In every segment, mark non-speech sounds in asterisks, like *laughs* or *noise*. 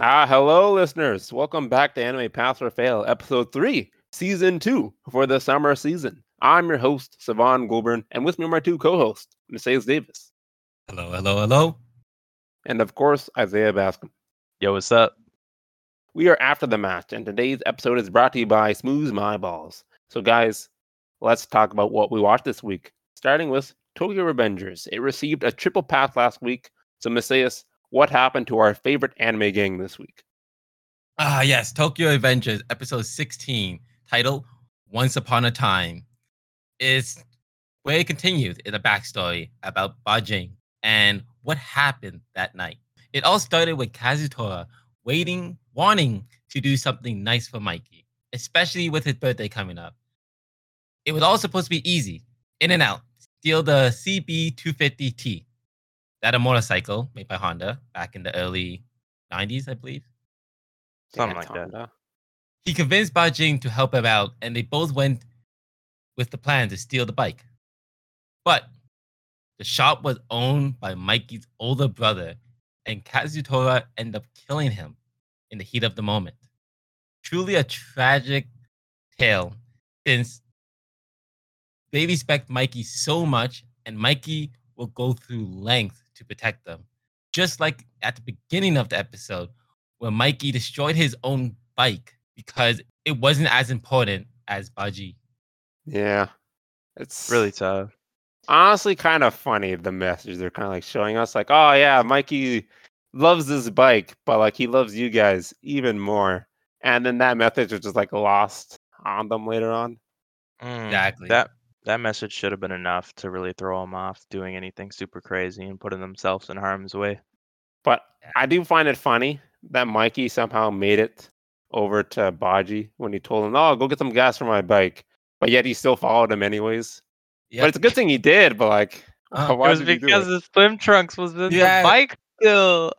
Ah, hello, listeners. Welcome back to Anime Pass or Fail, episode three, season two for the summer season. I'm your host, Savan Goulburn, and with me are my two co hosts, Mercedes Davis Hello, hello, hello. and, of course, Isaiah Bascom. Yo, what's up? We are after the match, and today's episode is brought to you by Smooth My Balls. So, guys, let's talk about what we watched this week, starting with Tokyo Revengers. It received a triple pass last week. So, Messias, what happened to our favorite anime gang this week? Ah, yes, Tokyo Avengers, episode 16, titled Once Upon a Time. It's where it continues in a backstory about Bajing and what happened that night. It all started with Kazutora waiting, wanting to do something nice for Mikey, especially with his birthday coming up. It was all supposed to be easy, in and out, steal the CB250T. That a motorcycle made by Honda back in the early 90s, I believe. Something like that. Honda. He convinced Bajing to help him out, and they both went with the plan to steal the bike. But the shop was owned by Mikey's older brother, and Kazutora ended up killing him in the heat of the moment. Truly a tragic tale, since they respect Mikey so much, and Mikey will go through length to protect them. Just like at the beginning of the episode, where Mikey destroyed his own bike because it wasn't as important as Baji. Yeah. It's Really tough. honestly kind of funny the message they're kind of like showing us like oh yeah mikey loves his bike but like he loves you guys even more and then that message was just like lost on them later on Hmm, Mm, Exactly. That that message should have been enough to really throw them off doing anything super crazy and putting themselves in harm's way. but i do find it funny that mikey somehow made it over to baji when he told him oh go get some gas for my bike but yet he still followed him anyways but it's a good thing he did but *laughs* like Uh, why did he do it? his swim trunks was in Yeah. bike still.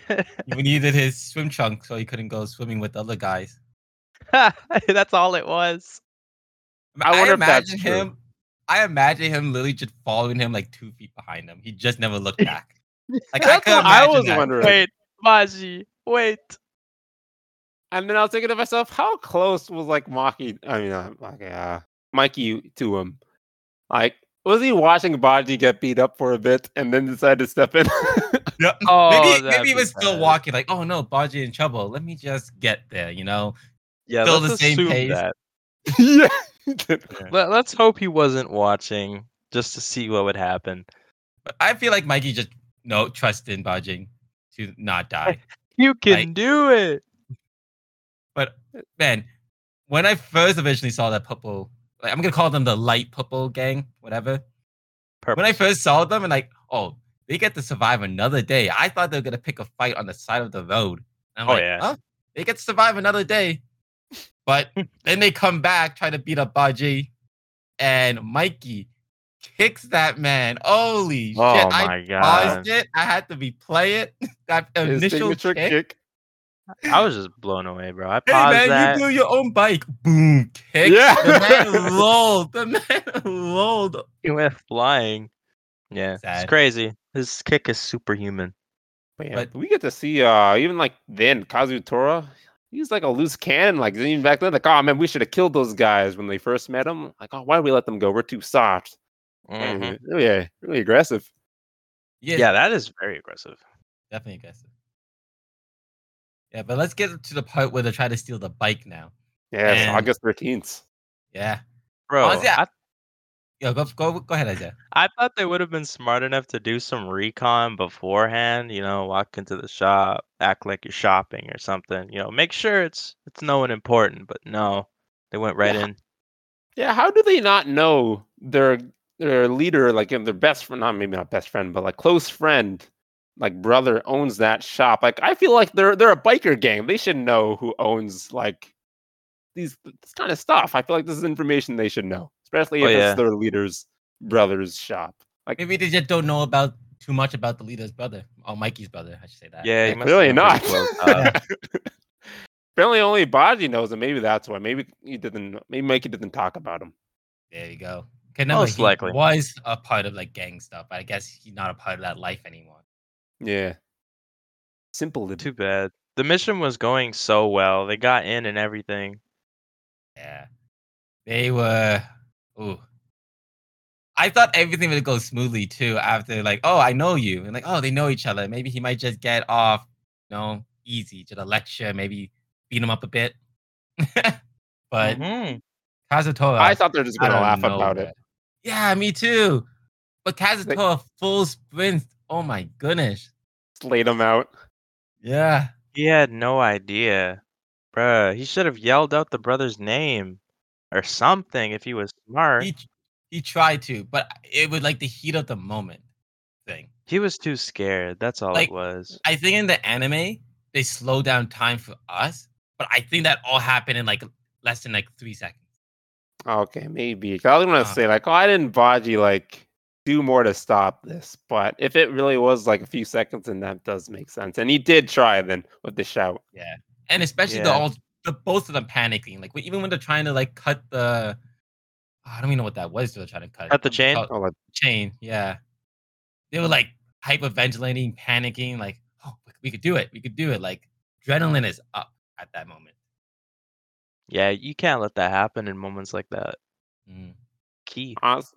*laughs* he needed his swim trunk so he couldn't go swimming with other guys. That's all it was. I wonder if that's imagine him. I imagine him literally just following him like two feet behind him. He just never *laughs* looked back. Like I That's could what I imagine was that. wondering. Wait, Maji, wait. And then I was thinking to myself, how close was like Maki? I mean, uh, like uh, Mikey to him. Like, was he watching Baji get beat up for a bit and then decided to step in? *laughs* Yep. Oh, maybe that'd maybe he be was still bad. walking. Like oh no, Baji in trouble. Let me just get there. You know. Yeah, Still let's the same assume pace. that. yeah. Let, let's hope he wasn't watching just to see what would happen. But I feel like Mikey just no trust in Bajing to not die. You can Like- do it. But Uh, man, when I first originally saw that purple, like, I'm gonna call them the light purple gang, whatever. When *laughs* I Purpose. first saw them, and like, oh, they get to survive another day. I thought they were gonna pick a fight on the side of the road. And I'm Oh, like, yeah. "Huh? they get to survive another day. *laughs* But then they come back, try to beat up Baji, and Mikey kicks that man. Holy shit! oh I my god. paused it. I had to replay it. *laughs* That His initial signature kick. kick. I was just blown away, bro. I Hey paused man, that. you blew your own bike. Boom, kick. Yeah. The man rolled. The man *laughs* rolled. *laughs* He went flying. Yeah, Sad. it's crazy. His kick is superhuman. But, yeah, But- we get to see uh even like then Kazutora, he's like a loose cannon. Like even back then, like oh man, we should have killed those guys when they first met him. Like oh, why did we let them go? We're too soft. Mhm. Mm-hmm. And Really, really aggressive. Yeah, Yeah, that is very aggressive. definitely aggressive. Yeah, but let's get to the part where they try to steal the bike now. Yeah, it's And- August thirteenth. Yeah. Bro, Honestly, I- I, Yo, go go go ahead, Isaiah. I thought they would have been smart enough to do some recon beforehand, you know, walk into the shop, act like you're shopping or something, you know, make sure it's it's no one important, but no. They went right Yeah. *laughs* in. Yeah, how do they not know their their leader, like you know, their best friend, not maybe not best friend, but like close friend, like brother owns that shop? Like I feel like they're they're a biker gang. They should know who owns like these this kind of stuff. I feel like this is information they should know, especially Oh, if yeah. it's their leader's brother's shop. Like Maybe they just don't know about too much about the leader's brother or Mikey's brother. I should say that. Yeah, he yeah, must have clearly been pretty not. *laughs* close up. Apparently only Baji knows, and maybe that's why. Maybe he didn't. Maybe Mikey didn't talk about him. There you go. Okay, never Most he likely. was a part of like gang stuff, but I guess he's not a part of that life anymore. Yeah, simple. Too bad. The mission was going so well. They got in and everything. Yeah. They were. Ooh. I thought everything would go smoothly too after, like, oh, I know you. And like, oh, they know each other. Maybe he might just get off, you know, easy, just a lecture, maybe beat him up a bit. *laughs* but Mhm. Kazutora. Mm-hmm. I thought they're just I gonna don't laugh know, about it. man. Yeah, me too. But Kazutora full sprint. Oh my goodness. Slate them out. Yeah. he had no idea. Bruh, he should have yelled out the brother's name or something if he was smart. He he tried to, but it was like the heat of the moment thing. He was too scared. That's all Like, it was. I think in the anime they slow down time for us, but I think that all happened in like less than like three seconds. Oh, Okay, maybe. 'Cause I was gonna Uh. say like, oh, I didn't Baji like do more to stop this, but if it really was like a few seconds, then that does make sense. And he did try then with the shout. and especially the Yeah. all the both of them panicking. Like when- even when they're trying to like cut the, I don't even know what that was. They're trying to cut Cut the Um, chain? cut- Oh, like, chain, yeah. They were like hyperventilating, panicking, like oh, we- we could do it, we could do it. Like adrenaline is up at that moment. Yeah, you can't let that happen in moments like that. Mm. Key. honest-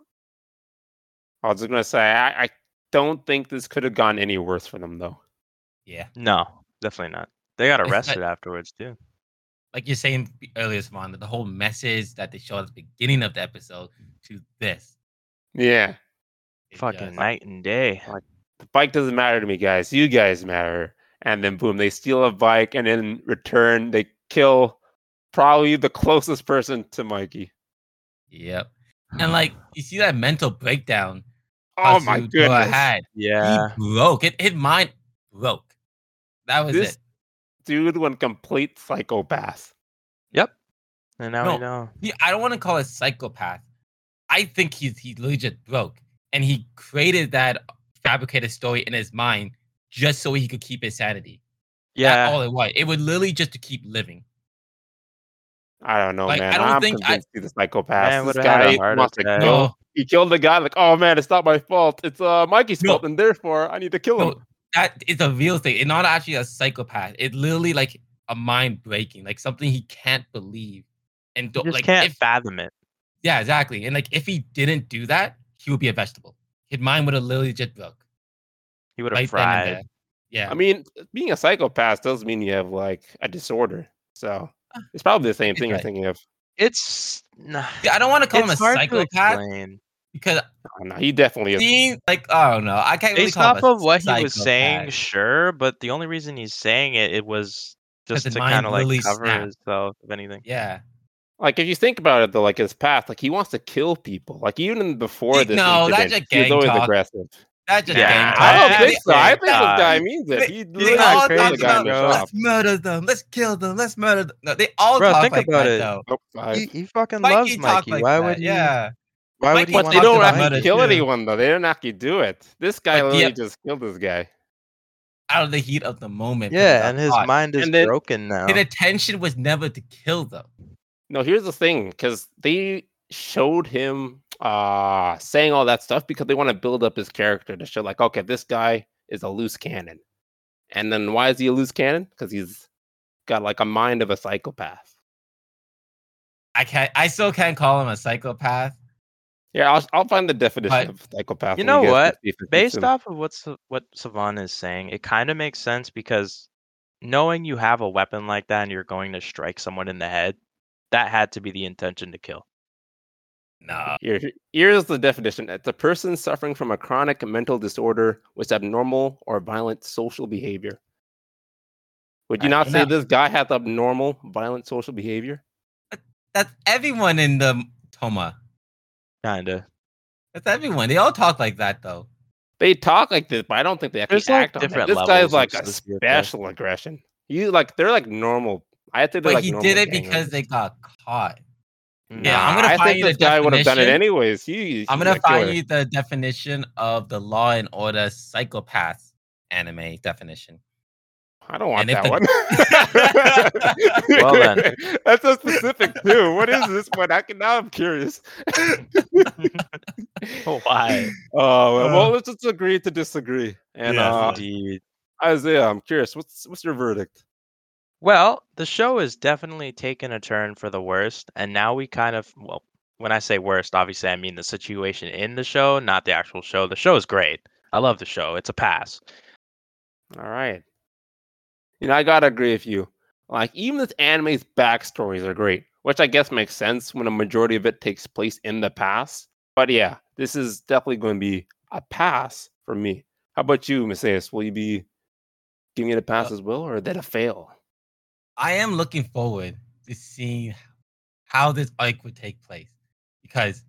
I was just gonna say I, I don't think this could have gone any worse for them though. Yeah, No, definitely not. They got It's like- arrested afterwards too. like you're saying b- earlier, Savannah, the whole message that they showed at the beginning of the episode to this. Yeah, it Fucking just- night and day. the bike doesn't matter to me, guys. You guys matter. And then boom, they steal a bike, and in return, they kill probably the closest person to Mikey. Yep. *sighs* And like you see that mental breakdown. Oh my Kazutora goodness. Had. Yeah. He broke. It, his mind broke. That was This- it. Dude went complete psychopath. And now No. we know. He, I don't want to call it psychopath. I think he's he legit broke, and he created that fabricated story in his mind just so he could keep his sanity. That's Yeah. all it was. It was literally just to keep living. I don't know, Like, man. I don't am think I- convinced he's a psychopath. Man this would've had guy a heart wants to attack. kill. No, "Oh, He killed the guy. Like, oh man, it's not my fault. It's uh Mikey's No. fault, and therefore I need to kill him. no, that is a real thing. It's not actually a psychopath. It's literally like a mind breaking, like something he can't believe, and You don't, just like can't if fathom it. Yeah, exactly. And like if he didn't do that, he would be a vegetable. His mind would have literally just broke. He would have Right then and fried. there. Yeah. I mean, being a psychopath does mean you have like a disorder. So it's probably the same He's thing you're Ah. right. thinking of. It's nah, Yeah, I don't want to call it's him a hard to psychopath explain. because Oh, no, he definitely is. being like I don't know. I can't really Based call off him a of what he psychopath. was saying, sure, but the only reason he's saying it, it was just his to mind kind of like literally cover snapped. himself, if anything. Yeah. Like if you think about it, though, like his past, like he wants to kill people. Like even before See, this, no, that's incident, just he was gang always talk. aggressive. That just Yeah, gang I talk. don't I think so. I think think this that- guy means it. They- He They literally Look all at killed the talk guy in about the shop. let's murder them, let's kill them, let's murder them. No, they all Bro, talk think like about that it. though. Nope, five. He, he fucking Mikey loves talked Mikey. like Why that, would he? yeah. Why would Mikey he But But want talked they to don't about have fight? to murder kill too. anyone though. They didn't actually do it. This guy But the- literally just killed this guy. Out of the heat of the moment. because Yeah, I and his thought- mind is And then- broken now. his attention was never to kill them. No, here's the thing, because they showed him uh saying all that stuff because they want to build up his character to show like, okay, this guy is a loose cannon. And then why is he a loose cannon? Because he's got like a mind of a psychopath. I can't. I still can't call him a psychopath. Yeah, I'll, I'll find the definition But- of psychopath. You when know guys can what? see if it's based in- off of what Sa- what Savannah is saying, it kind of makes sense because knowing you have a weapon like that and you're going to strike someone in the head, that had to be the intention to kill. No. Uh, Here, here's the definition. It's a person suffering from a chronic mental disorder with abnormal or violent social behavior. Would you Right, not well, say now- this guy has abnormal, violent social behavior? That's everyone in the Toma. Kinda. That's everyone. They all talk like that though. They talk like this, but I don't think they actually There's, like, act on it. different This levels of guy's like a sociopath. special aggression. You like they're like normal. I think they're But like he normal did it gang because members. they got caught. Nah. Yeah, I'm gonna I find think you the this guy would have done it definition. anyways. He, I'm he's gonna a find killer. you the definition of the Law and Order psychopath anime definition. I don't want And that if one. Well then. *laughs* that's so specific too. What is this one? I can, now I'm curious. *laughs* Why? *laughs* Oh well, Uh, well, let's just agree to disagree. And yes, uh, Indeed. Isaiah, I'm curious. What's what's your verdict? Well, the show has definitely taken a turn for the worst, and now we kind of well, when I say worst, obviously I mean the situation in the show, not the actual show. The show is great. I love the show. It's a pass. All right. You know, I gotta agree with you. Like, even this anime's backstories are great, which I guess makes sense when a majority of it takes place in the past. But yeah, this is definitely going to be a pass for me. How about you, Messias? Will you be giving it a Uh, pass as well, or is that a fail? I am looking forward to seeing how this arc would take place because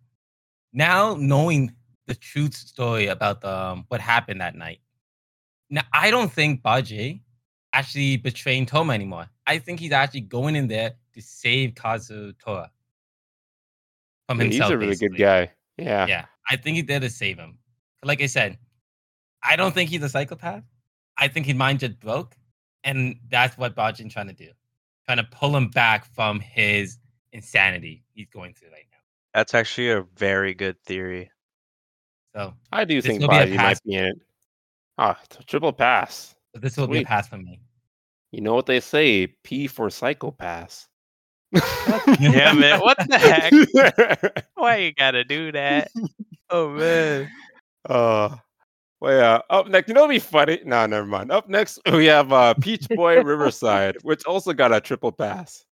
now knowing the truth story about the, um, what happened that night, now I don't think Baji actually betraying Toma anymore. I think he's actually going in there to save Kazu Tora from Yeah, he's himself. a really basically. good guy. Yeah. Yeah, I think he's there to save him. Like I said, I don't think he's a psychopath. I think his mind just broke, and that's what Bajin trying to do, trying to pull him back from his insanity he's going through right That's actually a very good theory. now. So I do This think will be a Baji pass. might be in it. Ah, it's a triple pass. so this will be a Sweet. pass for me. You know what they say? P for *laughs* psychopath. *laughs* Damn it! What the heck? *laughs* *laughs* heck? Why you gotta do that? *laughs* Oh man. Uh, well, yeah. Up next, you know, what'd be funny. No, never mind. Up next, *laughs* we have uh, Peach Boy *laughs* Riverside, which also got a triple pass.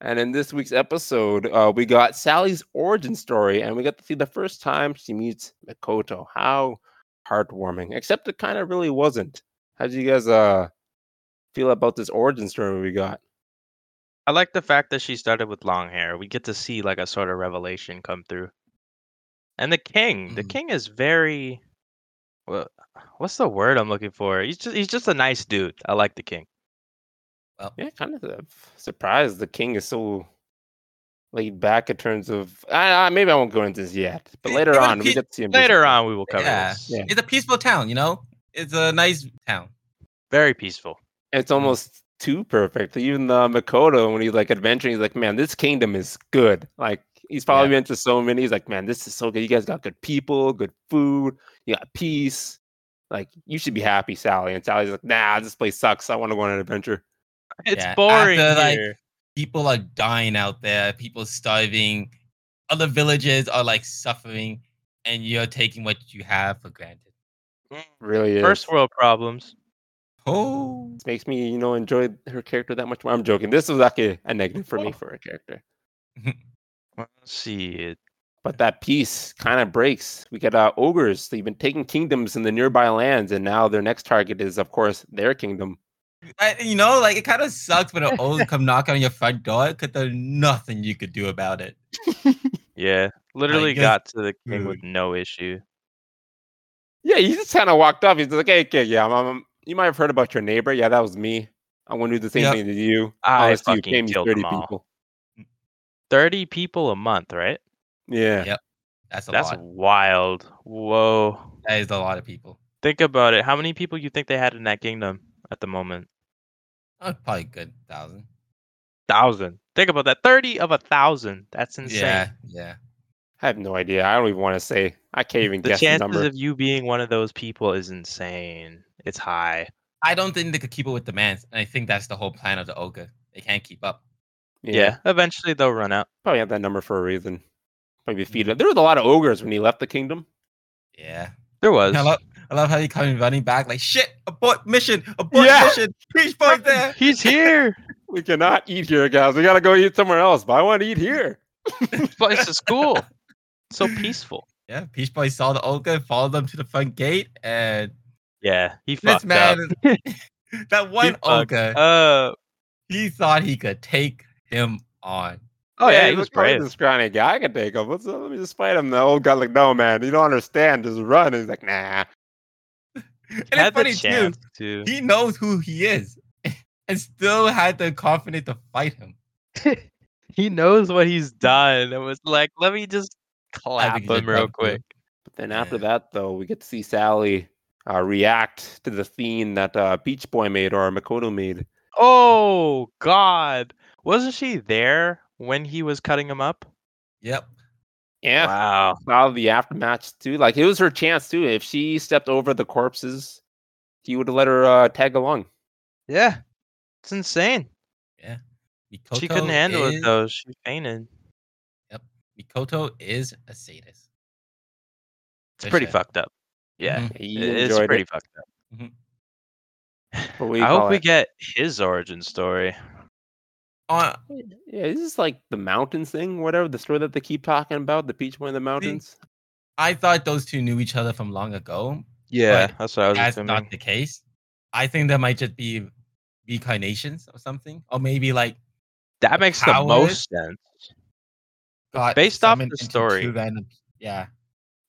And in this week's episode, uh, we got Sally's origin story, and we got to see the first time she meets Mikoto. How heartwarming! Except it kind of really wasn't. How do you guys uh feel about this origin story we got? I like the fact that she started with long hair. We get to see like a sort of revelation come through. And the king, the Mhm. king is very well, what's the word I'm looking for? He's just he's just a nice dude. I like the king. Yeah, kind of uh, surprised the king is so laid back in terms of. I, I, maybe I won't go into this yet, but Yeah, later even on Pete- we get to see him. do Later something. on we will cover Yeah. this. Yeah. It's a peaceful town, you know. It's a nice town. Very peaceful. it's almost too perfect. Even uh, Makoto, when he's like adventuring, he's like, "Man, this kingdom is good." Like he's probably been to so many. He's like, "Man, this is so good. You guys got good people, good food. You got peace. Like you should be happy, Sally." And Sally's like, "Nah, this place sucks. I want to go on an adventure." It's Yeah, boring after, like, here. People are dying out there. People starving. Other villages are like suffering, and you're taking what you have for granted. Really, is. Mm. First world problems. Oh, This makes me, you know, enjoy her character that much more. I'm joking. This was actually a negative for me for her character. Let's see it. But that peace kind of breaks. We get uh, ogres. They've been taking kingdoms in the nearby lands, and now their next target is, of course, their kingdom. I, you know, like it kind of sucks *laughs* when an old come knock on your front door because there's nothing you could do about it. Yeah. Literally guess- got to the king with no issue. Yeah, he just kind of walked off. He's like, "Hey, okay, yeah, I'm, I'm- you might have heard about your neighbor. Yeah, that was me. I'm gonna do the same Yep. thing to you. I Honest to you, fucking pay me killed 30 them all. people. Thirty people a month, right? Yeah, Yeah. That's a That's lot. wild. Whoa. That is a lot of people. Think about it. How many people you think they had in that kingdom at the moment? Oh, probably a good thousand. Thousand. Think about that. Thirty of a thousand. That's insane. Yeah, yeah. I have no idea. I don't even want to say. I can't even The guess the chances number. of you being one of those people is insane. It's high. I don't think they could keep up with demands, and I think that's the whole plan of the ogre. They can't keep up. yeah, Yeah. Eventually they'll run out. probably have that number for a reason. Probably feed Mm-hmm. it. There was a lot of ogres when he left the kingdom. Yeah. There was. I *laughs* love, I love how he coming running back like shit. Abort mission. Abort Yeah. mission. Preach point there. He's here. We cannot eat here, guys. We gotta go eat somewhere else. But I want to eat here. This place is *laughs* cool. So peaceful. Yeah, Peach Boy saw the ogre, followed them to the front gate, and Yeah. He this fucked man, *laughs* *laughs* that one fucked ogre, up. Uh. he thought he could take him on. Oh yeah. he he's was like, "Oh, he's brave. a scrawny guy. I can take him. Let's, let me just fight him. The old guy like, no, man, you don't understand. Just run. he's like, nah. *laughs* And Had it's the funny chance too. to. *laughs* He knows who he is, *laughs* and still had the confidence to fight him. He knows what he's done. and was like, let me just clap think he him did real that, too. quick. But then after Yeah. that, though, we get to see Sally uh, react to the scene that uh, Peach Boy made or Makoto made. Oh God! Wasn't she there when he was cutting him up? Yep. Yeah, Wow. saw the aftermath too. Like it was her chance too. If she stepped over the corpses, he would have let her uh, tag along. Yeah. It's insane. Mikoto she couldn't handle is, it though. She fainted. Mikoto is a sadist. It's pretty Fisher. fucked up. Yeah, Mhm. You it- it's Mm-hmm. enjoyed pretty it. fucked up. What we I call hope we it. get his origin story. Uh, Yeah, is this like the mountains thing, whatever the story that they keep talking about, the peach boy in the mountains? I thought those two knew each other from long ago. Yeah, that's what I was That's assuming. not the case. I think there might just be reincarnations or something, or maybe like that makes the power. most sense. got Based off summoned the into story. two Random, yeah,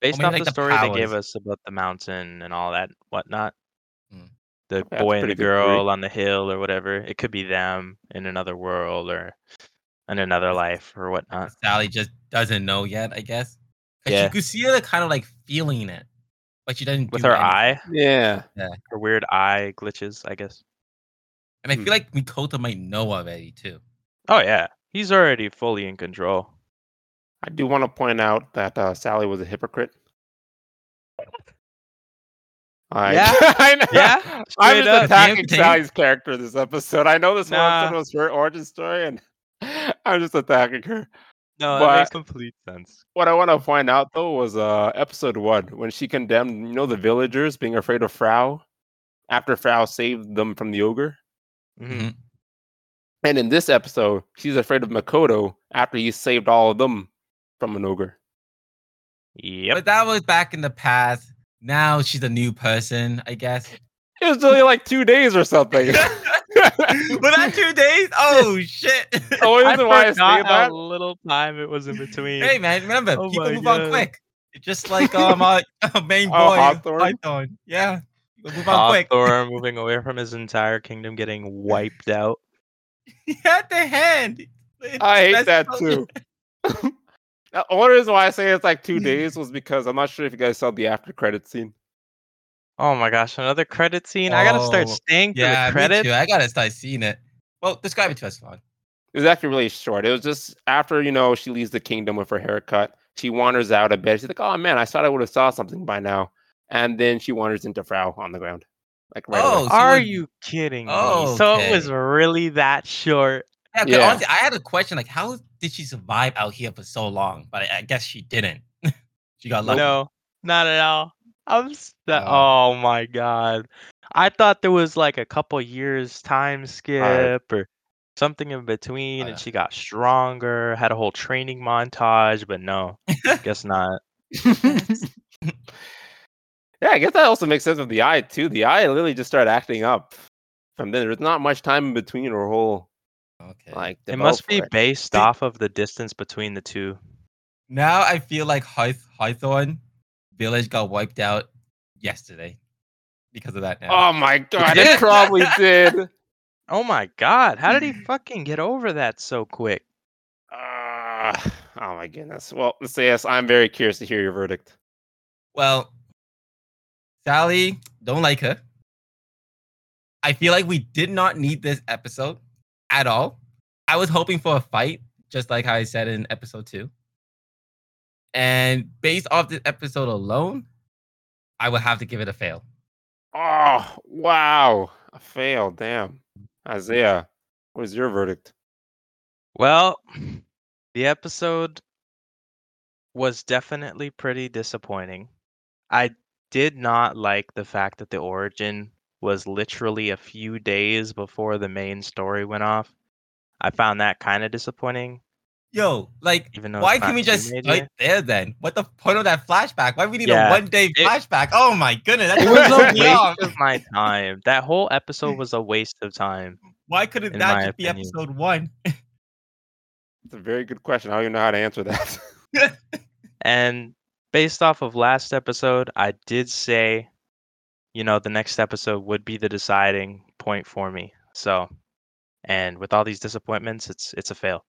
Based maybe, off like, the the story they gave powers. us about the mountain and all that whatnot, Mm. the Hmm. that's boy and pretty the good theory. girl on the hill or whatever, it could be them in another world or in another life or whatnot. Sally just doesn't know yet. I guess. 'Cause Yeah. She could see her kind of like feeling it, but she doesn't. With do her anything. eye, Yeah. her weird eye glitches, I guess. and I Hmm. Mm-hmm. feel like Mikoto might know already too. Oh yeah, he's already fully *laughs* in control. I do want to point out that uh, Sally was a hypocrite. I, Yeah? *laughs* I know. Yeah, I'm straight just up. attacking Damn, Sally's character this episode. I know this one Nah. episode was her origin story, and *laughs* I'm just attacking her. No, But- that makes complete sense. What I want to point out though was uh, episode one when she condemned, you know, the villagers being afraid of Frau after Frau saved them from the ogre. Mm-hmm. Mhm. And in this episode, she's afraid of Makoto after he saved all of them from an ogre. Yep. But that was back in the past. Now she's a new person, I *laughs* guess. It was only like two days or something. *laughs* Was that two days? Oh shit! *laughs* The only I reason why I say forgot that, how little time it *laughs* was in between. hey man, remember Oh people my move God. on quick. It's Just like um, our, our main boy Oh, Hawthorne? Hawthorne. Yeah, people move on quick. Thor moving away from his entire kingdom, getting *laughs* wiped out. *laughs* He had the hand. It- *laughs* I hate that that's so- *laughs* too. the only reason why I say it's like two Hmm. days was because I'm not sure if you guys saw the after credit scene. Oh my gosh, another credit scene. I gotta start Oh, staying through Yeah, me the credits. too. I gotta start seeing it. Well, describe it to us, Vaughn. It was actually really short. It was just after you know she leaves the kingdom with her haircut. She wanders out a bit. She's like, "Oh man, I thought I would have saw something by now." And then she wanders into Frau on the ground, like right away. Oh, so Are it- you kidding me? Oh, So it was okay. really that short. Yeah, 'cause Yeah. honestly, I had a question like, how did she survive out here for so long? But I, I guess she didn't. *laughs* she got lucky. No, not at all. I'm s- that- Wow. oh my god. I thought there was like a couple years time skip or something in between, Uh. and she got stronger, had a whole training montage, *laughs* but no, guess not. *laughs* Yeah, I guess that also makes sense with the eye too. The eye literally just started acting up from then. There's not much time in between or whole Oh, Okay. like. It must be develop for based Did- off of the distance between the two. Now I feel like Hawth- Hawthorne Village got wiped out yesterday because of that. it. Now. Oh *laughs* my god! It did. probably did. Uh, Oh my god, how *laughs* did he fucking get over that so quick? oh my goodness. Well, Mr. yes, I'm very curious to hear your verdict. Well, Sally, don't like her. I feel like we did not need this episode at all. I was hoping for a fight, just like how I said in episode two. And based off this episode alone, I would have to give it a fail. Oh wow! I failed. Damn, Isaiah, what is your verdict? Well, *sighs* the episode was definitely pretty disappointing. I did not like the fact that the origin was literally a few days before the main story went off. I found that kind of disappointing, Yo, like even though it's Why can not we too just major. *laughs* start there then? What the point of that flashback? Why do we need Yeah, a one day flashback? Oh my goodness, that's It It was so a long. waste of my time. That whole episode was a waste of time. Why couldn't in that my just be opinion. episode one? It's a very good question. I don't even know how to answer that. *laughs* And based off of last episode, I did say, you know, the next episode would be the deciding point for me. So, and with all these disappointments, it's it's a fail.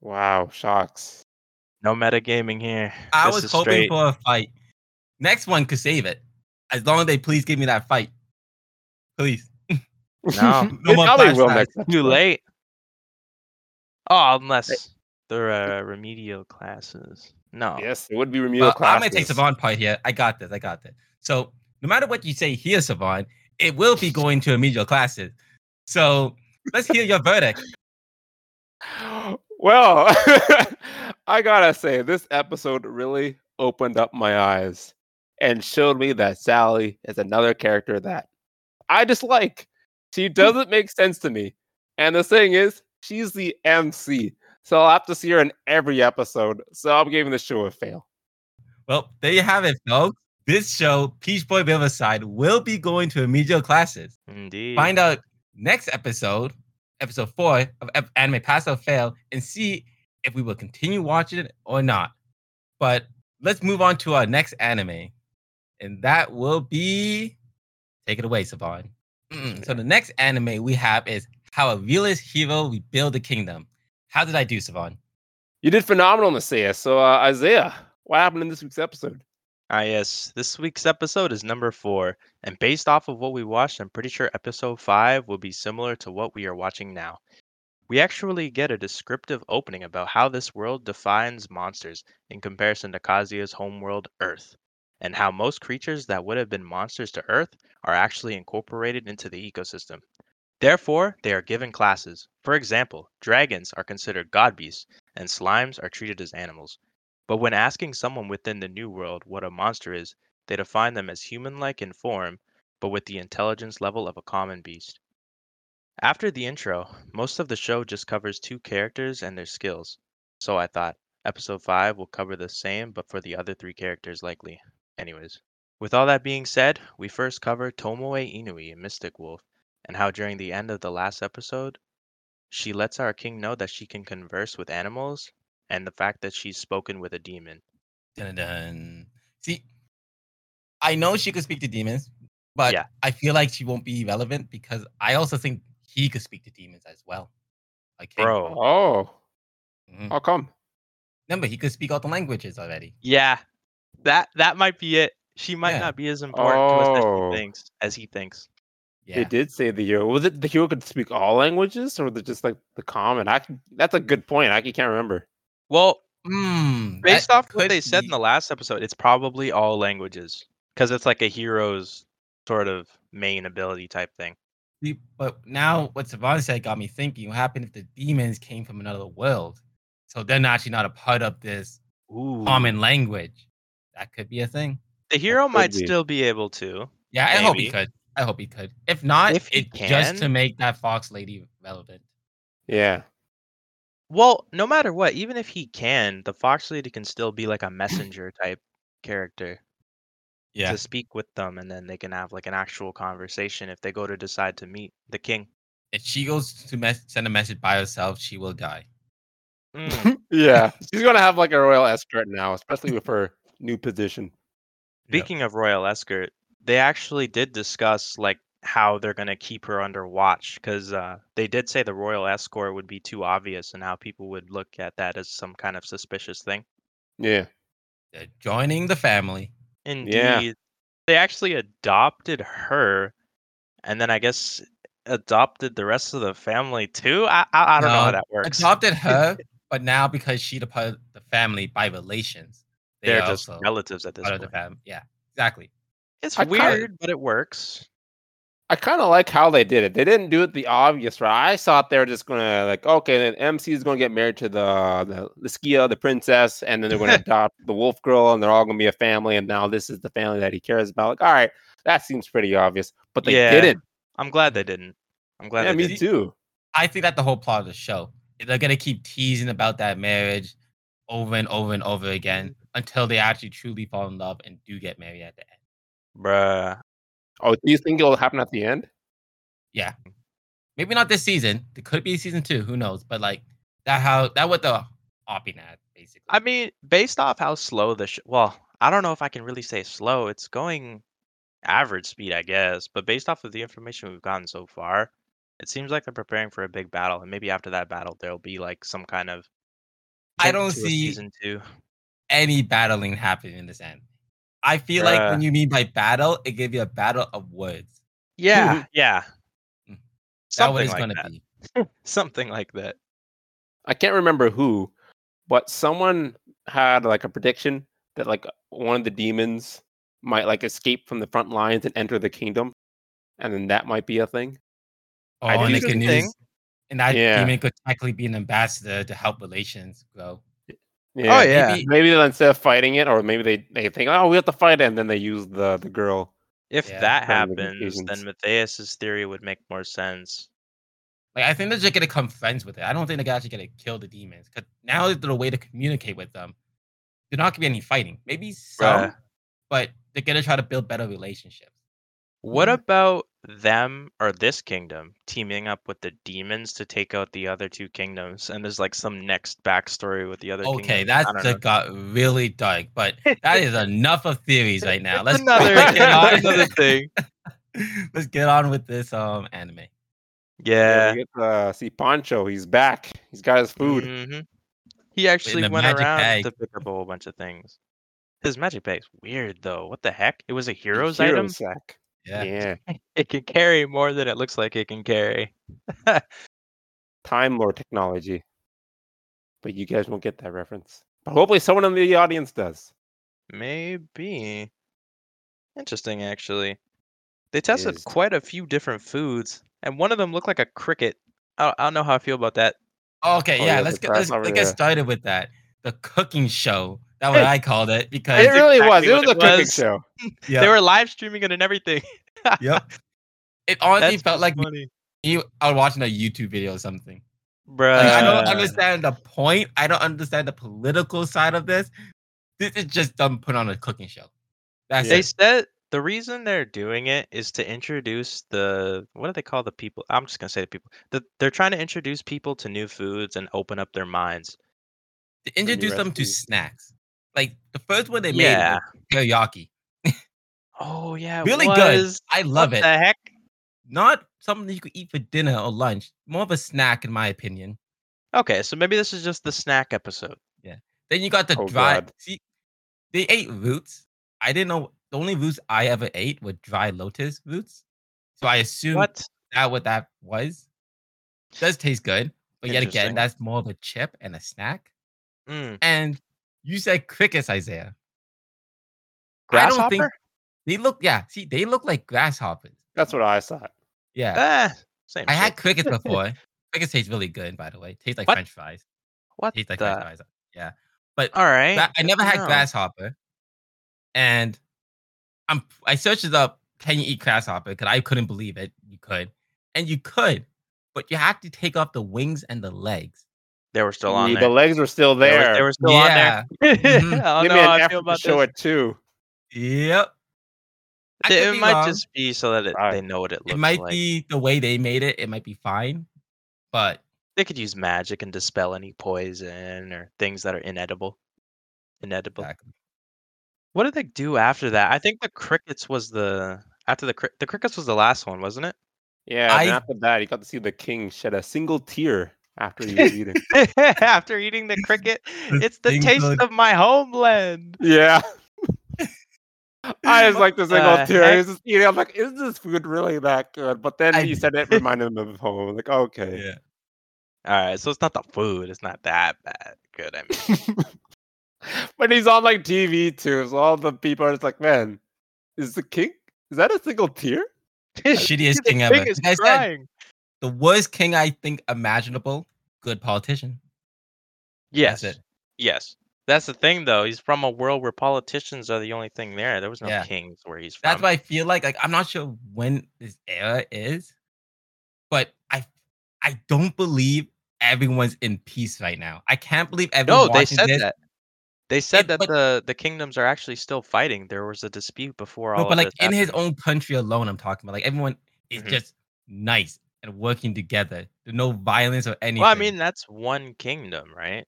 wow, shocks. No metagaming here. I This was is hoping straight. for a fight. Next one could save it. As long as they please give me that fight. Please. No. No *laughs* it more probably will flashbacks. next. *laughs* *laughs* too late. Oh, unless there are remedial classes. No. Yes, it would be remedial Well, I'm gonna take classes. Savant part here. I got this. I got this. So no matter what you say here, Savant, it will be going to remedial classes. So Let's hear your verdict. Well, *laughs* I gotta say, this episode really opened up my eyes and showed me that Sally is another character that I dislike. She doesn't make sense to me. And the thing is, she's the MC. So I'll have to see her in every episode. So I'm giving the show a fail. Well, there you have it, folks. This show, Peach Boy Riverside, will be going to remedial classes. Indeed. Find out next episode, episode four of Ep- Anime Pass or Fail, and see if we will continue watching it or not. But let's move on to our next anime, and that will be. Take it away, Savan. Mm, So the next anime we have is How a Realist Hero Rebuild the Kingdom. How did I do, Savan? You did phenomenal, Messiah. So, uh, Isaiah, what happened in this week's episode? Ah, yes. This week's episode is number four, and based off of what we watched, I'm pretty sure episode five will be similar to what we are watching now. We actually get a descriptive opening about how this world defines monsters in comparison to Kazuya's homeworld, Earth, and how most creatures that would have been monsters to Earth are actually incorporated into the ecosystem. Therefore, they are given classes. For example, dragons are considered god beasts, and slimes are treated as animals. But when asking someone within the New World what a monster is, they define them as human like in form, but with the intelligence level of a common beast. After the intro, most of the show just covers two characters and their skills, so I thought episode 5 will cover the same but for the other three characters likely. Anyways, with all that being said, we first cover Tomoe Inui in Mystic Wolf and how during the end of the last episode, she lets our king know that she can converse with animals and the fact that she's spoken with a demon. Dun, dun, dun. See, I know she could speak to demons, but Yeah. I feel like she won't be relevant because I also think he could speak to demons as well. Like him. Bro. Oh, Mhm. how come? remember he could speak all the languages already. Yeah. That that might be it. She might Yeah. not be as important to us as Oh. she thinks as he thinks. Yeah, They did say the hero. Was it the hero could speak all languages, or the, just like the common? I can, that's a good point. I can't remember. Well, Mm, based that off what could they said be- in the last episode, it's probably all languages because it's like a hero's sort of main ability type thing. See, But now what Savan said got me thinking. What happened if the demons came from another world? So they're not actually not a part of this Ooh. common language. That could be a thing. the hero might be. still be able to. Yeah, I hope he Maybe. could. I hope he could. If not, If he it just to can. make that fox lady relevant. Yeah. Well, no matter what, even if he can, the Fox Lady can still be like a messenger type character Yeah. to speak with them, and then they can have like an actual conversation if they go to decide to meet the king. if she goes to mes- send a message by herself, she will die. Mm. Yeah. *laughs* She's gonna have like a royal escort now, especially with her new position. Yeah. Speaking of Royal Escort, they actually did discuss like how they're gonna keep her under watch because uh, they did say the Royal Escort would be too obvious and how people would look at that as some kind of suspicious thing. Yeah. They're joining the family. Indeed, Yeah. they actually adopted her, and then I guess adopted the rest of the family too. I I, I don't know how No, that works. Adopted *laughs* her, but now because she's a part of the family by relations, they They're are just also relatives at this part of point. the family. Yeah, exactly. It's I kinda- weird, but it works. I kind of like how they did it. They didn't do it the obvious right. I thought they were just gonna like, okay, then MC is gonna get married to the the, the Skia, the princess, and then they're *laughs* gonna adopt the wolf girl, and they're all gonna be a family. And now this is the family that he cares about. Like, all right, that seems pretty obvious, but they Yeah, didn't. I'm glad they didn't. I'm glad Yeah, they me didn't. too. I think that the whole plot of the show. They're gonna keep teasing about that marriage over and over and over Mm. again until they actually truly fall in love and do get married at the end. Bruh. Oh, do you think it'll happen at the end? Yeah. Maybe not this season. It could be season two. Who knows? But like that, how that what the hopping at basically. I mean, based off how slow the sh- well, I don't know if I can really say slow. It's going average speed, I guess. But based off of the information we've gotten so far, it seems like they're preparing for a big battle, and maybe after that battle, there'll be like some kind of. I hint don't to a see- season two. any battling happening in this anime. I feel like when Bruh. you mean by battle, it gave you a battle of words. *laughs* Yeah, yeah. Mm. that what Something it's like gonna that. be. Something like that. I can't remember who, but someone had like a prediction that like one of the demons might like escape from the front lines and enter the kingdom, and then that might be a thing. Oh, I and do it think- can use And that Yeah. demon could technically be an ambassador to help relations grow. Yeah. Oh, yeah. Maybe- Maybe they'll- instead of fighting it, or maybe they, they think, oh, we have to fight it, and then they use the, the girl. If Yeah, that probably the happens, then conclusions. Matthias's theory would make more sense. Like I think they're just gonna become friends with it. I don't think they're actually gonna kill the demons because now is the way to communicate with them. There's not gonna be any fighting. Maybe some, Right. but they're gonna try to build better relationships. What Mm-hmm. about them or this kingdom teaming up with the demons to take out the other two kingdoms? And there's like some next backstory with the other. Okay, kingdoms. that I don't know. just got really dark, but that is enough of theories right now. Let's *laughs* another, get *laughs* on. another thing. Let's get on with this um anime. Yeah. we get to uh, see Pancho. He's back. He's got his food. Mhm. He actually a went magic around bag. to pick up a whole bunch of things. His magic bag's weird though. What the heck? It was a A hero's, hero item. sack. Yeah. Yeah. It can carry more than it looks like it can carry. Time Lord technology. But you guys won't get that reference. But hopefully someone in the audience does. Maybe. Interesting, actually. They tested is- quite a few different foods, and one of them looked like a cricket. I don't, I don't know how I feel about that. Okay, Oh, yeah, yeah, let's the get let's, crossover, let's get yeah. started with that. The cooking show. That what I called it because It That's really was. exactly It what was a it cooking was. show. yeah, They were live streaming it and everything. yep. It honestly That's felt like me- funny. you I was watching a YouTube video or something. Bruh. Like, I don't Uh, understand the point. I don't understand the political side of this. This is just them put on a cooking show. That's Yeah. They it. said the reason they're doing it is to introduce the what do they call the people? I'm just gonna say the people. The, they're trying to introduce people to new foods and open up their minds. They introduced them to recipes. snacks. Like the first one they Yeah. made was teriyaki. Oh yeah, it Really good. was. I love what it. The heck? Not something you could eat for dinner or lunch. More of a snack, in my opinion. Okay, so maybe this is just the snack episode. Then you got the Oh, dry. God. See, they ate roots. I didn't know the only roots I ever ate were dry lotus roots. So I assume What? that what that was. Does taste good, but yet again, Interesting. that's more of a chip and a snack. Mm, And you said crickets, Isaiah. grasshopper? they look. Yeah, see, they look like grasshoppers. That's what I thought. Yeah, Ah, same. I had shit. crickets *laughs* before. crickets taste really good, by the way. Taste like What? French fries. what Taste like French the? fries. All right. Gra- I never had know. grasshopper, and I'm I searched it up. Can you eat grasshopper? Because I couldn't believe it. You could, and you could, but you have to take off the wings and the legs. they were still on the there. legs were still They were- there. They were still yeah. on there. *laughs* Mhm. I don't Give me know how an I feel effort to about show this. it too. Yep. I could It be might wrong. just be so that it, Alright. they know what it looks it might like. be the way they made it. It might be fine, but They could use magic and dispel any poison or things that are inedible. Inedible. exactly. What did they do after that? I think the crickets was the after the cri- the crickets was the last one, wasn't it? *laughs* Yeah, and I- after that, you got to see the king shed a single tear after he *laughs* was eating. after eating the cricket, The it's the taste single- of my homeland. yeah. I just What like the single the tear. heck? He was just eating. I'm like, is this food really that good? But then I- you said *laughs* it reminded him of home. I'm like, okay. Yeah. All right, so it's not the food; it's not that bad. Good. I mean, *laughs* But he's on like TV too, so all the people are just like, man, is the king? Is that a single tear? *laughs* Shittiest the thing ever. is Like I said, crying. The worst king I think imaginable. Good politician. Yes. That's it. Yes. That's the thing, though. He's from a world where politicians are the only thing there. There was no Yeah. kings where he's from. That's what I feel like. Like I'm not sure when this era is, but I I don't believe everyone's in peace right now. I can't believe everyone. no, they watching said this- that. They said It- that but- the, the kingdoms are actually still fighting. There was a dispute before all No, but of like this in his happened. own country alone, I'm talking about. Like everyone is Mhm. just nice and working together. There's no violence or anything. Well, I mean, that's one kingdom, right?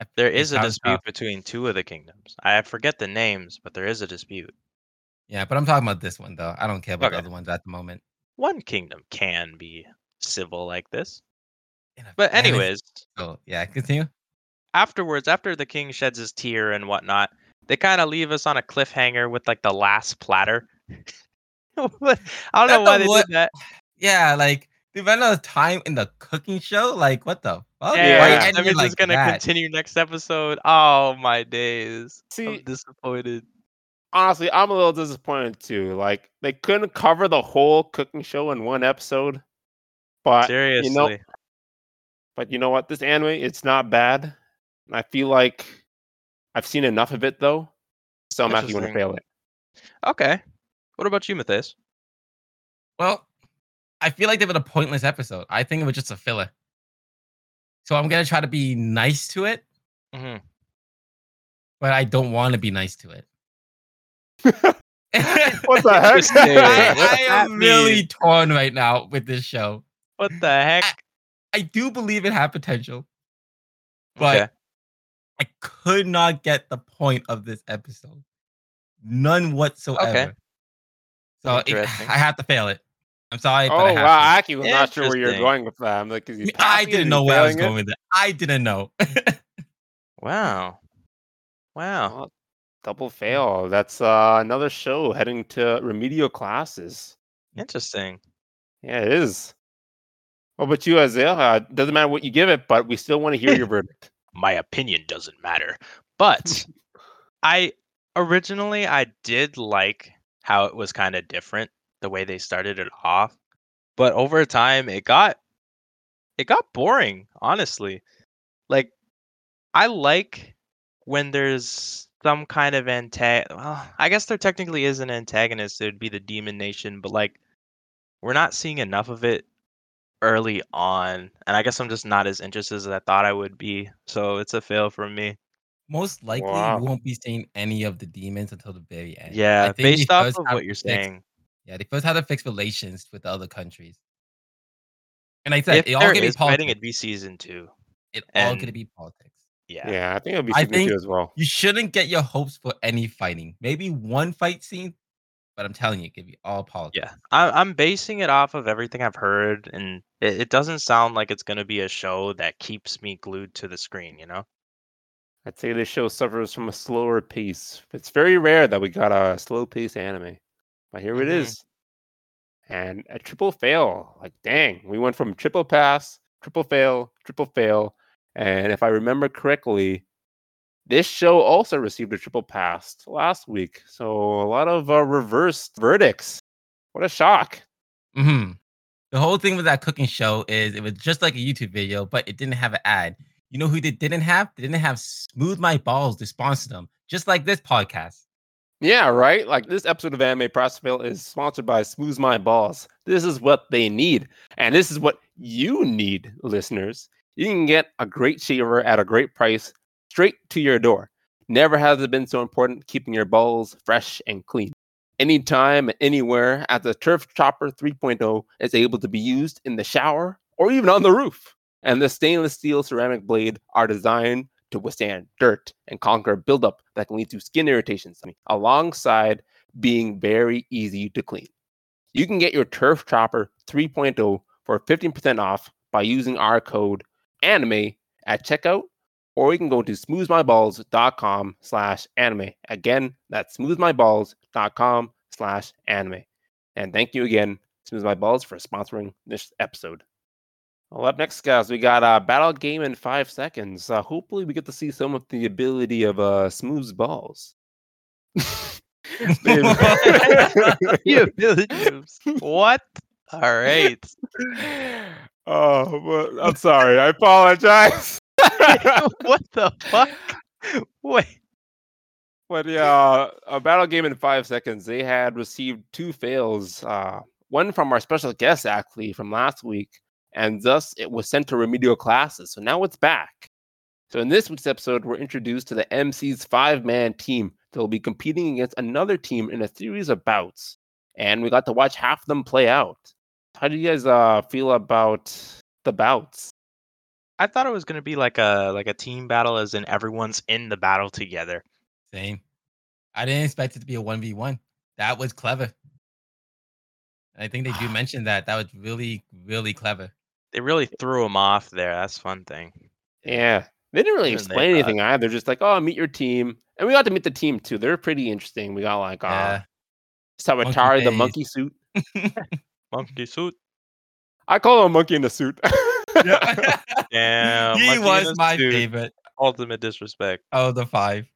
I- There it is a sounds dispute tough. between two of the kingdoms. I forget the names, but there is a dispute. Yeah, but I'm talking about this one though. I don't care about the Okay. other ones at the moment. One kingdom can be civil like this. In a But fantasy- anyways, so, yeah, continue. afterwards, after the king sheds his tear and whatnot, they kind of leave us on a cliffhanger with like the last platter. *laughs* I don't know That's why a they what- did that. Yeah, like they ran out of time in the cooking show. Like what the fuck? Yeah, Why yeah. ended I'm it just like gonna that? continue next episode. Oh my days! I'm See, disappointed. honestly, I'm a little disappointed too. Like they couldn't cover the whole cooking show in one episode. But Seriously. but you know what? This anime, it's not bad. And I feel like I've seen enough of it though, so I'm actually going to Interesting. fail it. Okay. What about you, Matthias? Well, I feel like they did a pointless episode. I think it was just a filler. So I'm gonna try to be nice to it, Mm-hmm. but I don't want to be nice to it. *laughs* What the heck? *laughs* Interesting. I, What's I am that really mean? torn right now with this show. What the heck? I do believe it had potential, but Okay. I could not get the point of this episode. None whatsoever. So it- Interesting. I have to fail it. I'm sorry, but I oh have wow! to. I actually was not sure where you're Interesting. going with that. I'm like, is he I, mean, I passing it? Is didn't he know where I was failing it? going with it. I didn't know. Wow. Wow. Well, double fail. That's uh, another show heading to remedial classes. Interesting. Yeah, it is. What about you, Isaiah? Uh, doesn't matter what you give it, but we still want to hear *laughs* your verdict. my opinion doesn't matter. But I originally I did like how it was kind of different the way they started it off, but over time it got it got boring, honestly. Like I like when there's some kind of antag well, I guess there technically is an antagonist, it would be the Demon Nation, but like we're not seeing enough of it early on, and I guess I'm just not as interested as I thought I would be. So it's a fail for me. Most likely, Wow. we won't be seeing any of the demons until the very end. Eh, I Yeah, think based they off first of have what you're to fix- saying. Yeah, they first had to fix relations with the other countries. And like I said, if it all there gonna be is fighting, politics. it'd be season two. It all gonna and- be politics. Yeah. Yeah, I think it'll be I season think- two as well. You shouldn't get your hopes for any fighting. Maybe one fight scene, but I'm telling you, it could be all politics. Yeah, I, I'm basing it off of everything I've heard, and it, it doesn't sound like it's going to be a show that keeps me glued to the screen, *laughs* you know? I'd say this show suffers from a slower pace. It's very rare that we got a slow pace anime, but here it Mhm. is. And a triple fail. Like, dang, we went from triple pass, triple fail, triple fail. And if I remember correctly, this show also received a triple pass last week. So a lot of uh, reversed verdicts. What a shock. hmm The whole thing with that cooking show is it was just like a YouTube video, but it didn't have an ad. You know who they didn't have? They didn't have Smooth My Balls to sponsor them, just like this podcast. *laughs* Yeah, right? Like this episode of Anime Prospect is sponsored by Smooth My Balls. This is what they need. And this is what you need, listeners. You can get a great shaver at a great price straight to your door. Never has it been so important keeping your balls fresh and clean. Anytime, anywhere, as the Turf Chopper 3.0 is able to be used in the shower or even on the roof. And the stainless steel ceramic blade are designed to withstand dirt and conquer buildup that can lead to skin irritations, alongside being very easy to clean. You can get your Turf Chopper 3.0 for 15% off by using our code ANIME at checkout, or you can go to smoothmyballs.com slash anime. Again, that's smoothmyballs.com slash anime. And thank you again, Smooth My Balls, for sponsoring this episode. Well, up next, guys, we got uh, battle game in five seconds. Uh, hopefully, we get to see some of the ability of uh, Smooth's balls. *laughs* Yeah, Billy James. *laughs* what? All right. *laughs* Oh, well, I'm sorry. I apologize. *laughs* *laughs* what the fuck? Wait. but yeah, a battle game in five seconds. They had received two fails. Uh, one from our special guest, actually, from last week, and thus it was sent to remedial classes. So now it's back. So in this week's episode, we're introduced to the MC's five-man team that will be competing against another team in a series of bouts, and we got to watch half of them play out. How do you guys uh, feel about the bouts? I thought it was going to be like a like a team battle, as in everyone's in the battle together. Same. I didn't expect it to be a one v one. That was clever. I think they do Ah. mention that. That was really, really clever. They really threw him off there. That's one thing. Mm-hmm. Yeah. They didn't really Even they explain thought- anything either. Just like, oh, meet your team. And we got to meet the team too. They're pretty interesting. We got like uh, Yeah. Sabatari, the face. monkey suit. Monkey suit. I call him a monkey in a suit. *laughs* *laughs* Damn. he monkey in was a my suit. favorite Ultimate disrespect. of the five.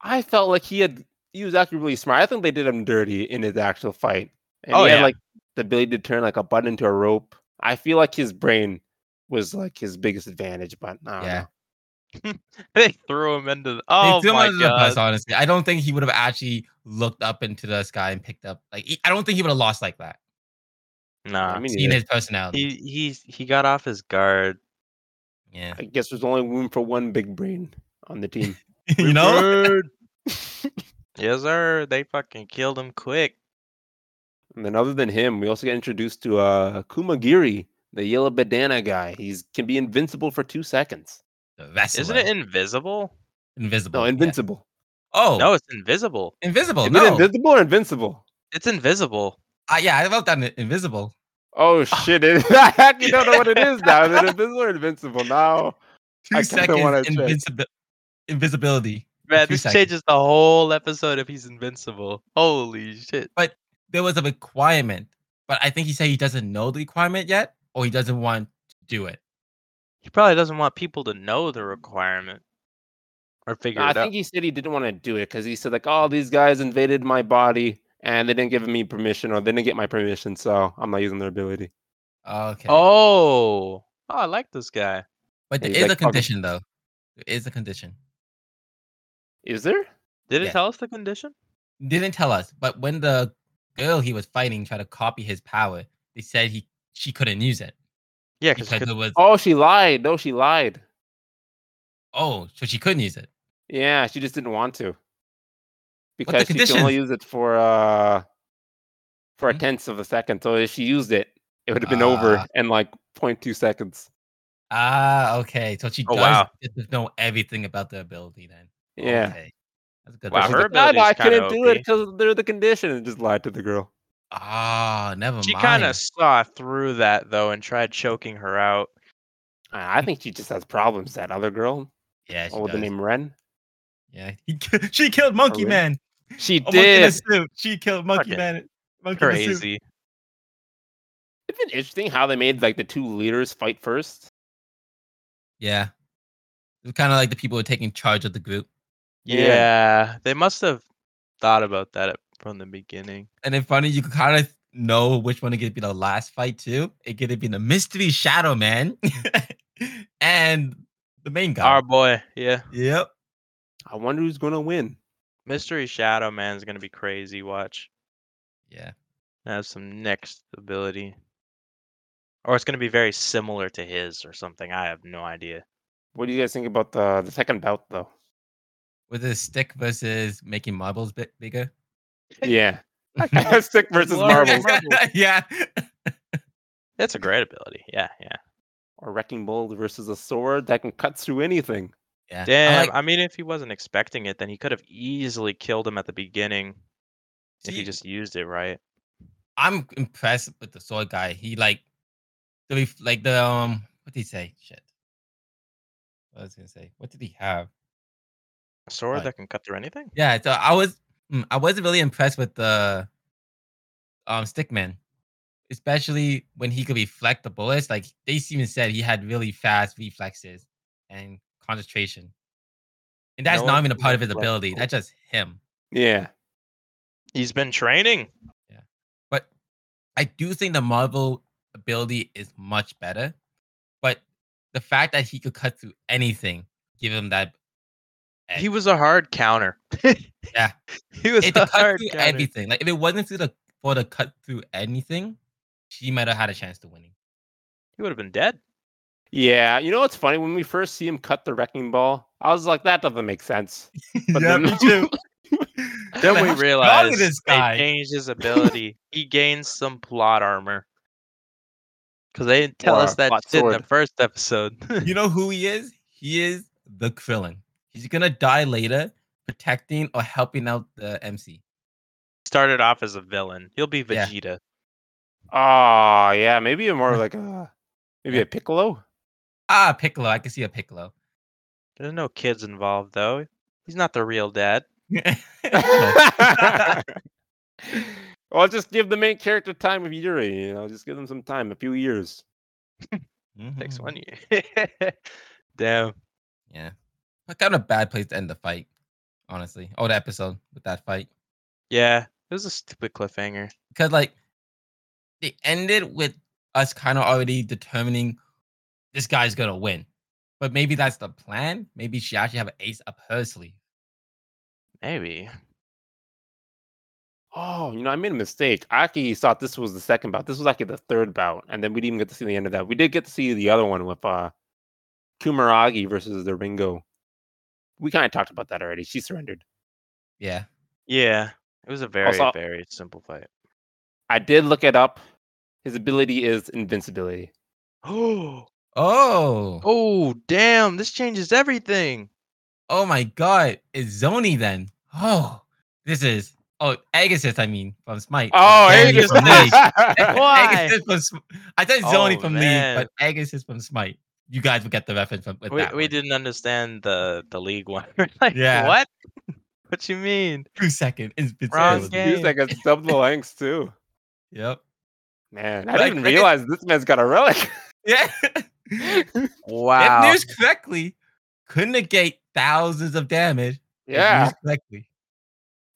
I felt like he had, he was actually really smart. I think they did him dirty in his actual fight. And Oh, he had yeah. like the ability to turn like a button into a rope. I feel like his brain was like his biggest advantage, but I don't Yeah. know. they threw him into the. Oh they threw him my under the god! bus, honestly. I don't think he would have actually looked up into the sky and picked up. Like, he- I don't think he would have lost like that. Nah, I *laughs* mean, Seeing yeah, his personality. he he he got off his guard. yeah. I guess there's only room for one big brain on the team. *laughs* *laughs* you know? Yes, sir. They fucking killed him quick. And then other than him, we also get introduced to uh Kumagiri, the yellow bandana guy. He's can be invincible for two seconds. The vessel. Isn't it invisible? invisible? No, yeah. invincible. Oh, No, it's invisible. invisible. Is it No. invisible or invincible? It's invisible. Uh, yeah, I wrote down invisible. *laughs* Oh shit! It, I actually don't know what it is now. Is it invisible or invincible *laughs* now? Two I kinda seconds wanna check. invisibi- invisibility. Man, Two this seconds. changes the whole episode if he's invincible. Holy shit. There was a requirement, but I think he said he doesn't know the requirement yet, or he doesn't want to do it. He probably doesn't want people to know the requirement or figure No, I it out. think he said he didn't want to do it because he said like, "Oh, these guys invaded my body and they didn't give me permission, or they didn't get my permission, so I'm not using their ability." Okay. Oh. Oh, I like this guy. but there he's is like a talking- condition, though. There is a condition. Is there? Did it Yeah. tell us the condition? didn't tell us, but when the girl he was fighting tried to copy his power, they said he she couldn't use it Yeah, because because it was Oh, she lied. No, she lied. oh, so she couldn't use it. Yeah, she just didn't want to because she can conditions? only use it for uh for a Hmm? tenth of a second. So if she used it, it would have been over Ah. in like 0.2 seconds. Ah, okay. So she Oh, does wow. get to know everything about the ability then. Yeah. Okay. That's a good. Wow, She's one. her like, "No, no, ability's I kinda couldn't do it OP." because they're the condition, and just lied to the girl. Ah, never she mind. kind of saw through that though and tried choking her out. I I think she just has problems. That other girl, yeah, she oh, with the does. name Ren, Yeah, *laughs* he, ki- she killed Monkey really? Man. she Oh, Monkey in a did. suit. She killed Monkey Fucking Man. Monkey in a suit. Crazy. It's been interesting how they made like the two leaders fight first. Yeah, it's kind of like the people who are taking charge of the group. Yeah. Yeah. They must have thought about that at- from the beginning. and then funny, you could kind of know which one it could be the last fight too. It could have been the mystery shadow *laughs* man and the main guy. Our Oh, boy, yeah. yep. I wonder who's gonna win. Mystery Shadow Man's gonna be crazy. Watch. Yeah. Have some next ability. Or it's gonna be very similar to his or something. I have no idea. What do you guys think about the the second bout *laughs* though? With a stick versus making marbles bit bigger. Yeah, *laughs* stick *laughs* versus Lord. marbles *laughs* yeah. That's a great ability. Yeah, yeah. or wrecking ball versus a sword that can cut through anything. yeah. I Damn. like- I mean, if he wasn't expecting it, then he could have easily killed him at the beginning if he See, just used it right. I'm impressed with the sword guy. He like the ref- like the um what did he say? Shit. What was I gonna say? What did he have? A sword Right. that can cut through anything. Yeah, so I was mm, I wasn't really impressed with the um stickman, especially when he could reflect the bullets. Like they even said, he had really fast reflexes and concentration, and that's No not one even a can part of his reflect ability. bullets. That's just him. Yeah, He's been training. But I do think the Marvel ability is much better. But the fact that he could cut through anything, give him *laughs* that. He edge. was a hard counter. *laughs* Yeah. *laughs* He was it a to cut hard through counter. everything. Like if it wasn't through the for the cut through anything, she might have had a chance to winning. He would have been *laughs* dead. yeah. You know what's funny? When we first see him cut the wrecking ball, I was like, that doesn't make sense. But then- *laughs* Then Like, we how strong is realized this they guy? changed *laughs* his ability. he gains some plot armor. Because they didn't tell Or us a that plot shit in the sword. first episode. *laughs* You know who he is? He is the Krillin. He's gonna die later, protecting or helping out the MC. Started off as a villain. He'll be Yeah. Vegeta. Oh, yeah. Maybe a more like a maybe Yeah. a Piccolo. *laughs* Ah, Piccolo. I can see a *laughs* Piccolo. *laughs* There's no kids involved though. He's not the real dad. Mm-hmm. well, just give the main character time of Yuri. You know, just give them some time, a few years. Takes Mhm. one year. *laughs* Damn. Yeah. But kind of a bad place to end the fight, honestly. Oh, the episode with that fight. Yeah. It was a stupid cliffhanger. because like they ended with us kind of already determining this guy's gonna win. But maybe that's the plan. Maybe she actually have an ace up her sleeve. Maybe. Oh, you know, I made a mistake. I actually thought this was the second bout. This was actually the third bout, and then we didn't even get to see the end of that. We did get to see the other one with uh Kumaragi versus the Ringo. We kind of talked about that already. She surrendered. Yeah. Yeah. It was a very, Also- very simple *gasps* fight. *gasps* I did look it up. His ability is invincibility. Oh, Oh. Oh, oh, damn. This changes everything. my God! It's Zoni then. Oh, this is oh Agassiz. I mean from Smite. Oh, Zoni Aegis! from League. *laughs* *laughs* Why? Agassiz from Sm- I said Zoni Oh, from man. League, but Agassiz from Smite. You guys would get the reference from with We, that. we one. didn't understand the, the league *laughs* one. We're like, Yeah. what? what you mean? two second. It's, it's Wrong It's game. used like a double length too. *laughs* Yep. Man, I didn't Like, even like it- realize this man's got a relic. *laughs* Yeah. Wow. If used correctly, could negate thousands of damage. if yeah. used correctly.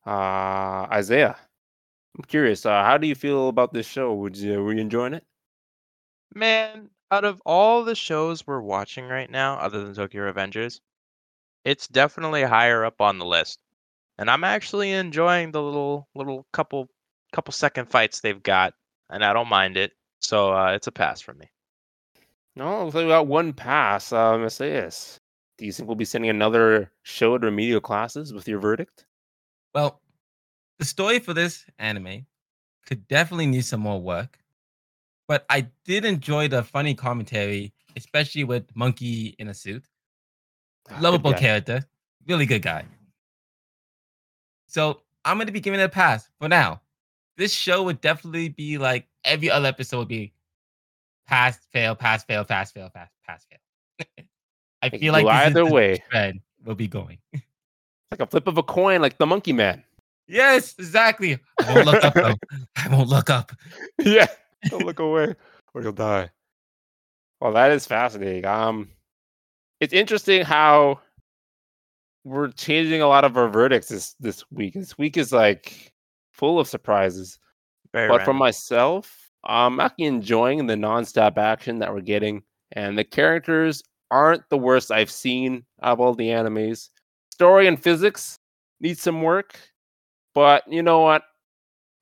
Uh Isaiah. I'm curious, uh, how do you feel about this show? Would you were you enjoying it? Man, out of all the shows we're watching right now, other than Tokyo Avengers, it's definitely higher up on the list. And I'm actually enjoying the little little couple couple second fights they've got, and I don't mind it. So uh, it's a pass for me. No, looks like we got one pass. Uh Messias. Do you think we'll be sending another show to remedial classes with your verdict? Well, the story for this anime could definitely need some more work, but I did enjoy the funny commentary, especially with Monkey in a suit. Ah, Lovable good guy. character, really good guy. So I'm gonna be giving it a pass for now. This show would definitely be like every other episode would be pass, fail, pass, fail, pass, fail, pass, pass, fail. *laughs* I It feel could like go this is either the way. trend will be going. Like a flip of a coin, like the monkey man. Yes, exactly. I won't look up though. I won't look up. *laughs* yeah. Don't *laughs* look away or you'll die. Well, that is fascinating. Um it's interesting how we're changing a lot of our verdicts this this week. This week is like full of surprises. Very But for random. myself, I'm actually enjoying the nonstop action that we're getting, and the characters aren't the worst I've seen out of all the animes. Story and physics need some work, but you know what?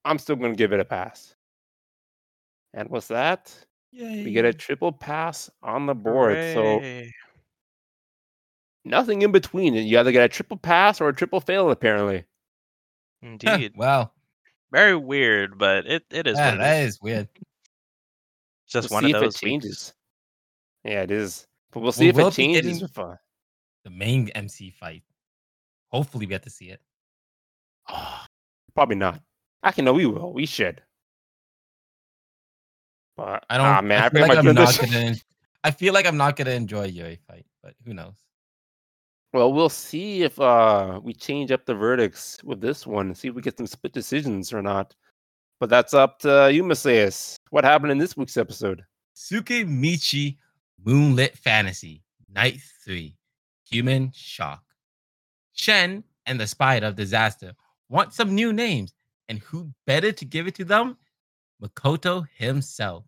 I'm still going to give it a pass. And with that, we get a triple pass on the board. So *laughs* Hooray. nothing in between. You either get a triple pass or a triple fail, apparently. Huh, *laughs* indeed, wow. very weird, but it it is. Yeah, what it that is. is weird. It's Just We'll one see of if those it weeks. changes. Yeah, it is. But we'll see if will it be changes getting- with, uh, The main MC fight. Hopefully, we get to see it. *sighs* Probably not. Actually, no, we will. We should. But I don't. Ah, man, I, I feel forgot like my I'm not tradition. gonna. en- I feel like I'm not gonna enjoy Yuri fight, but who knows? *laughs* Well, we'll see if uh we change up the verdicts with this one and see if we get some split decisions or not. But that's up to you, Messias. What happened in this week's episode? Tsukemichi Moonlit Fantasy Night Three, Human Shock. Shen and the Spider of Disaster want some new names, and who better to give it to them? Makoto himself.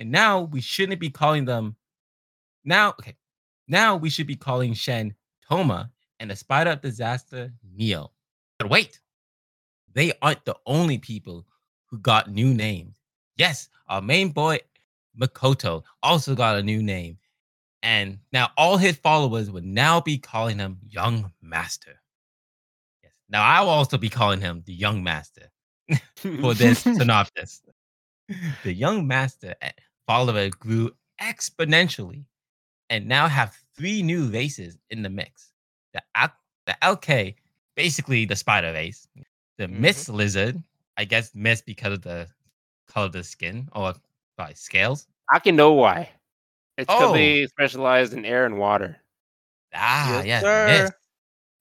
And now we shouldn't be calling them. Now, okay. Now we should be calling Shen Toma and the Spider of Disaster Neo. But wait, they aren't the only people who got new names. Yes, our main boy Makoto also got a new name. And now all his followers would now be calling him Young Master. Yes. Now I will also be calling him the Young Master *laughs* for this synopsis. The young master a- follower grew exponentially and now have three new races in the mix. The, Al- the LK, basically the spider race, the Mhm. Miss Lizard, I guess Miss because of the color of the skin or by scales. I can know why. It's because Oh. they specialize in air and water. Ah, Yes, yes, sir. Miss.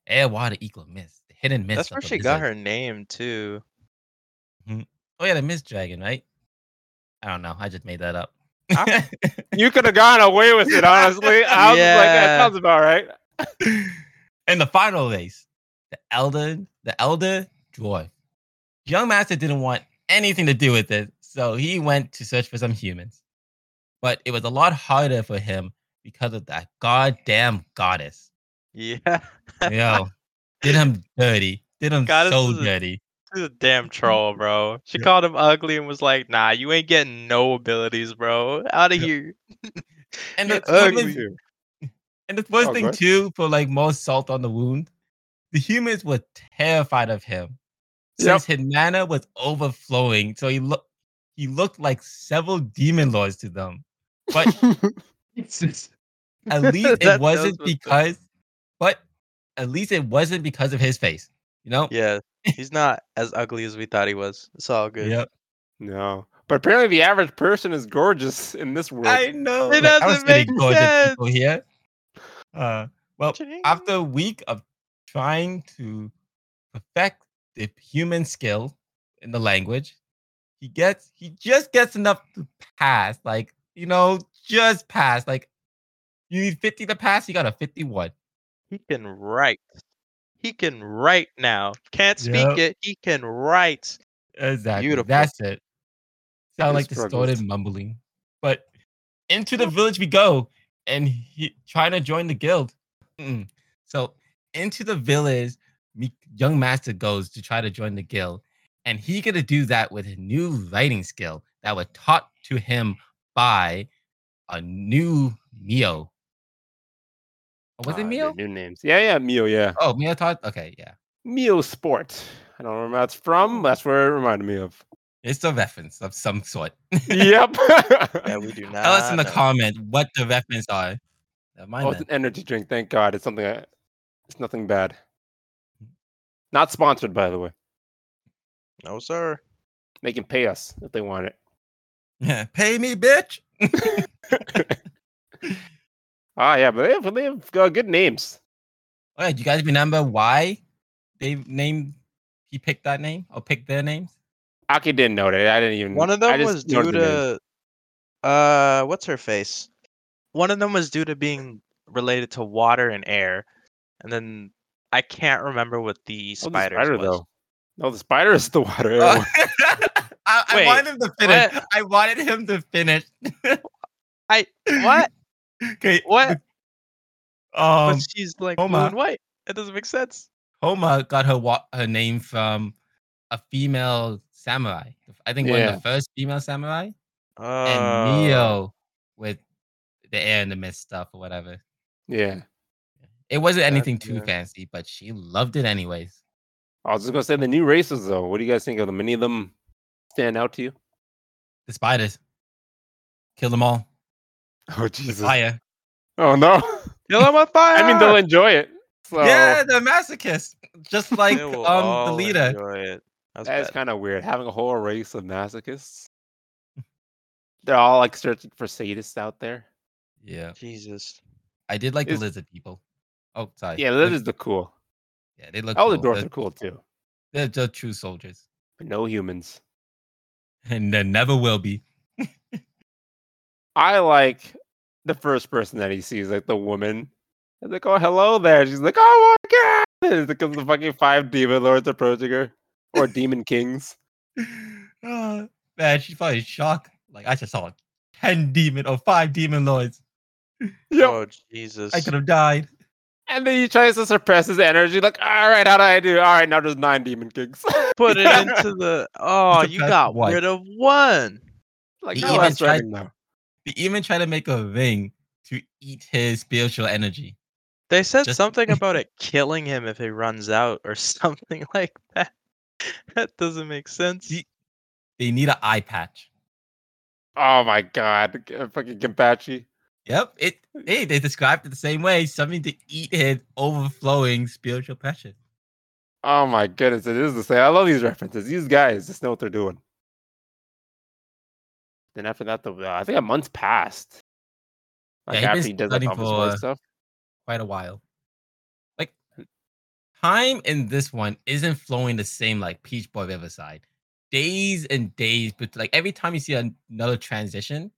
Air, Eh, water equal Miss. The hidden Miss. That's of where the she got lizard. her name too. *laughs* Oh, yeah, the Miss Dragon, right? I don't know. I just made that up. I- You could have gone away with it, honestly. I was like, that Yeah. sounds about right. *laughs* and the final race, the elder, the elder dwarf. Young Master didn't want anything to do with it, So he went to search for some humans, but it was a lot harder for him because of that goddamn goddess. Yeah. Yo, did him dirty. Did him Goddess so is a- dirty. She's *laughs* a damn troll, bro. She Yeah. called him ugly and was like, nah, you ain't getting no abilities, bro. Out of Yeah. here. And You're the, one *laughs* ugly. thing- and the first Oh, thing good. too, for like more salt on the wound, the humans were terrified of him Yep. since his mana was overflowing. So he looked, he looked like several demon lords to them. But *laughs* at *laughs* least That- that it wasn't was- because, but at least it wasn't because of his face. You know? Yeah. He's not as ugly as we thought he was. It's all good. Yep. *laughs* no. But apparently, the average person is gorgeous in this world. I know. It I don't doesn't see any make gorgeous sense. people here. Uh, well, Cha-ching. after a week of trying to perfect the human skill in the language, he gets he just gets enough to pass. Like you know, just pass. Like you need fifty to pass. He got a fifty-one. He can write. He can write now. Can't speak Yep. it. He *laughs* can write. Exactly. Beautiful. That's it. Sound He like struggles. distorted mumbling. But into the village we go, and he trying to join the guild. Mm-mm. So into the village, me, young master goes to try to join the guild, and he gonna do that with a new writing skill that was taught to him by a new Mio. Or Was Ah, it their Mio? New names. Yeah, yeah, Mio, yeah. Oh, Mio taught. Okay, yeah, Mio Sport. I don't remember where that's Oh. from. That's where it reminded me *laughs* of. it's a reference of some sort. yep. *laughs* Yeah, we do not. Tell us in the know. comment what the reference are. Never mind Oh, it's then. an energy drink. Thank God. It's something. I, it's nothing bad. Mm. Not sponsored, by the way. No, sir. They can pay us if they want it. *laughs* Yeah, pay me, bitch. Ah, yeah, but they have, they have uh, good names. All right, Oh, you guys remember why they named he picked that name or picked their names? Aki didn't know that. I didn't even. One of I them just was due noted the name. to uh what's her face? One of them was due to being related to water and air. And then I can't remember what the Oh, the spiders spider, was. though. No, the spider is the water. *laughs* Oh, arrow. Uh, *laughs* I, I Wait, wanted him to finish. I wanted him to finish. *laughs* I *laughs* what? *laughs* Okay. What? Um, but she's like blue Homa. and white. It doesn't make sense. Homa got her wa- her name from a female samurai. I think one of Yeah. the first female samurai. Oh. and Neo with the air and the mist stuff or whatever. yeah. It wasn't That's anything too good. fancy, but she loved it anyways. I was just gonna say the new races though. What do you guys think of them? Any of them stand out to you? The spiders. Kill them all. Oh Jesus! Fire. Oh no! *laughs* Kill him with fire. I mean, *laughs* they'll enjoy it. So Yeah, the masochist. Just They like will um the all leader. enjoy it. That's that's bad. kind of weird. Having a whole race of masochists. They're all like searching for sadists out there. Yeah. Jesus. I did like Is- the lizard people. Oh, sorry. Yeah, that is the cool. yeah, they look All the cool. dwarves They're- are cool too, They're just true soldiers. but no humans. And there never will be. *sighs* I like the first person that he sees, like the woman. He's like, oh, hello there. She's like, oh my god. And it comes the fucking five demon lords approaching her, or demon *laughs* kings. Ah, man, she's probably shocked. Like I just saw ten demon or five demon lords. Yep. Oh Jesus. *laughs* I could have died. *laughs* And then he tries to suppress his energy, like, all right, how do I do? All right, now there's nine demon kings. *laughs* put it *laughs* into the Oh, you That's got one. rid of one. like, He no, even that's tried- right now. They even try to make a ring to eat his spiritual energy. They said Just- *laughs* something about it killing him if he runs out or *laughs* something like that. That doesn't make sense. Ye- They need an eye patch. Oh my god, G- fucking Gimpachi. Yep. It hey, they described it the same way. Something to eat his overflowing spiritual passion. Oh my goodness, it is the same. I love these references. These guys just know what they're doing. Then after that, the I think a month passed. Like Yeah, he'd been after he does like, studying all this war for- stuff. Quite a while. Like time in this one isn't flowing the same like Peach Boy Riverside. Days and days, but like every time you see an- another transition,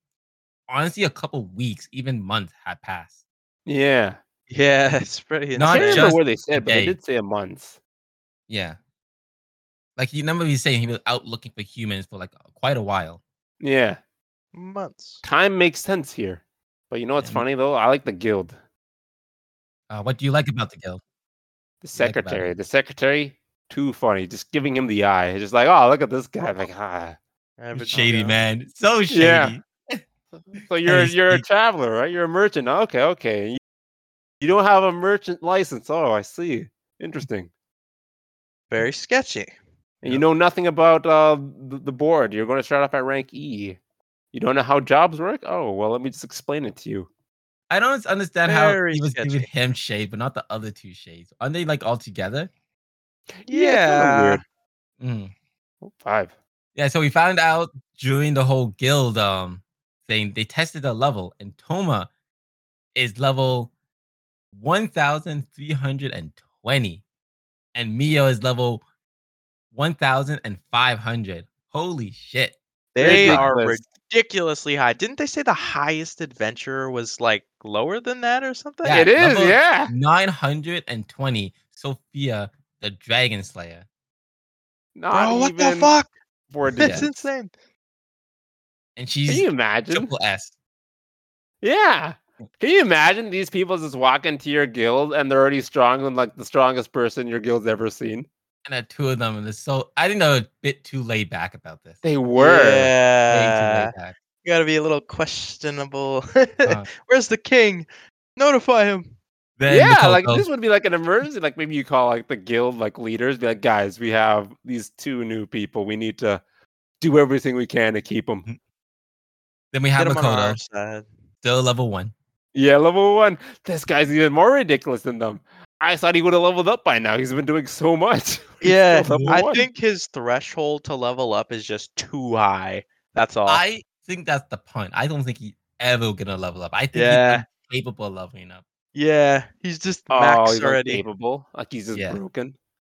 honestly, a couple weeks, even months had passed. Yeah. Yeah, it's pretty Not I can't insane. just remember where they said, but they today. did say a month. Yeah. Like you remember, he's saying he was out looking for humans for like quite a while. Yeah, Months. time makes sense here. But you know what's Yeah. funny though? I like the guild. Uh, what do you like about the guild? The like about secretary. the secretary, too funny. Just giving him the eye. Just like, oh, look at this guy. Like, ah. Every shady time. man, so shady. Yeah. *laughs* So you're he's- you're a he- traveler, right? You're a merchant. Okay, okay. You, you don't have a merchant license. Oh, I see. Interesting. Very sketchy. And you know nothing about uh, the, the board. You're going to start off at rank E. You don't know how jobs work? Oh, well, let me just explain it to you. I don't understand how Very he was giving sketchy. him shade, but not the other two shades. Aren't they like all together? Yeah, Yeah. it's Mm. Oh, five. Yeah, so we found out during the whole guild um thing, they tested the level, and Toma is level 1320, and Mio is level 1500. Holy shit. They Ridiculous. are ridiculously high. Didn't they say the highest adventurer was like lower than that or something? Yeah, it is, level- yeah. 920, Sophia the Dragon Slayer. Not Bro, Oh, what the even fuck? four That's digits. insane. And Can you she's imagine? triple S. Yeah. Can you imagine these people just walk into your guild and they're already strong and like the strongest person your guild's ever seen? And the two of them, and it's so I think they're a bit too laid back about this. They were. Way too laid Yeah. back. You gotta be a little questionable. *laughs* Uh, Where's the king? Notify him. then yeah, Nicole like goes, this would be like an emergency. Like maybe you call like the guild like leaders, be like, guys, we have these two new people. We need to do everything we can to keep them. then we have Get him on Makoto, our side. still level one. Yeah, level one. This guy's even more ridiculous than them. I thought he would have leveled up by now. He's been doing so much. *laughs* He's Yeah, still level I one. think his threshold to level up is just too high. That's all. I think that's the point. I don't think he's ever gonna level up. I think Yeah. he's capable of leveling up. yeah, he's just Oh, max he's already. *laughs* incapable. Like he's just Yeah. broken.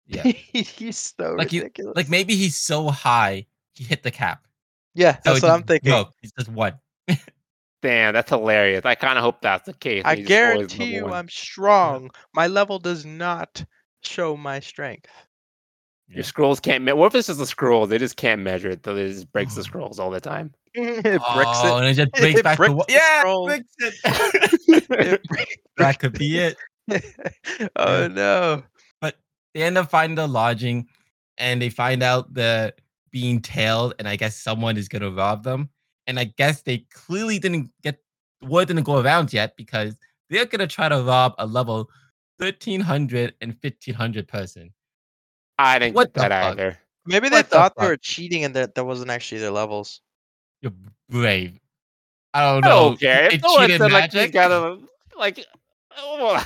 Yeah. he's so Like you- ridiculous. like maybe he's so high he hit the cap. yeah, So it that's what just I'm thinking. broke. He's just one. Damn, that's hilarious. I kind of hope that's the case. I and he's just always guarantee level you, one. *laughs* I'm strong. My level does not show my strength. *laughs* Your scrolls can't. Me- what if it's just a scroll? They just can't measure it. So it just breaks *laughs* the scrolls all the time. *laughs* it oh, bricks and it just breaks *laughs* It back bricks to one. the Yeah, scroll. bricks it. *laughs* *laughs* it. it that could be it. brick- *laughs* oh no! They end up finding the lodging, and they find out the being tailed, and I guess someone is gonna rob them. And I guess they clearly didn't get word didn't go around yet because they're gonna try to rob a level 1300 and 1500 person. I didn't What get that the fuck? either. Maybe they What the thought they fuck? were cheating and that that wasn't actually their levels. You're brave. I don't I know. don't care. They If no one cheated said like you magic. gotta like, I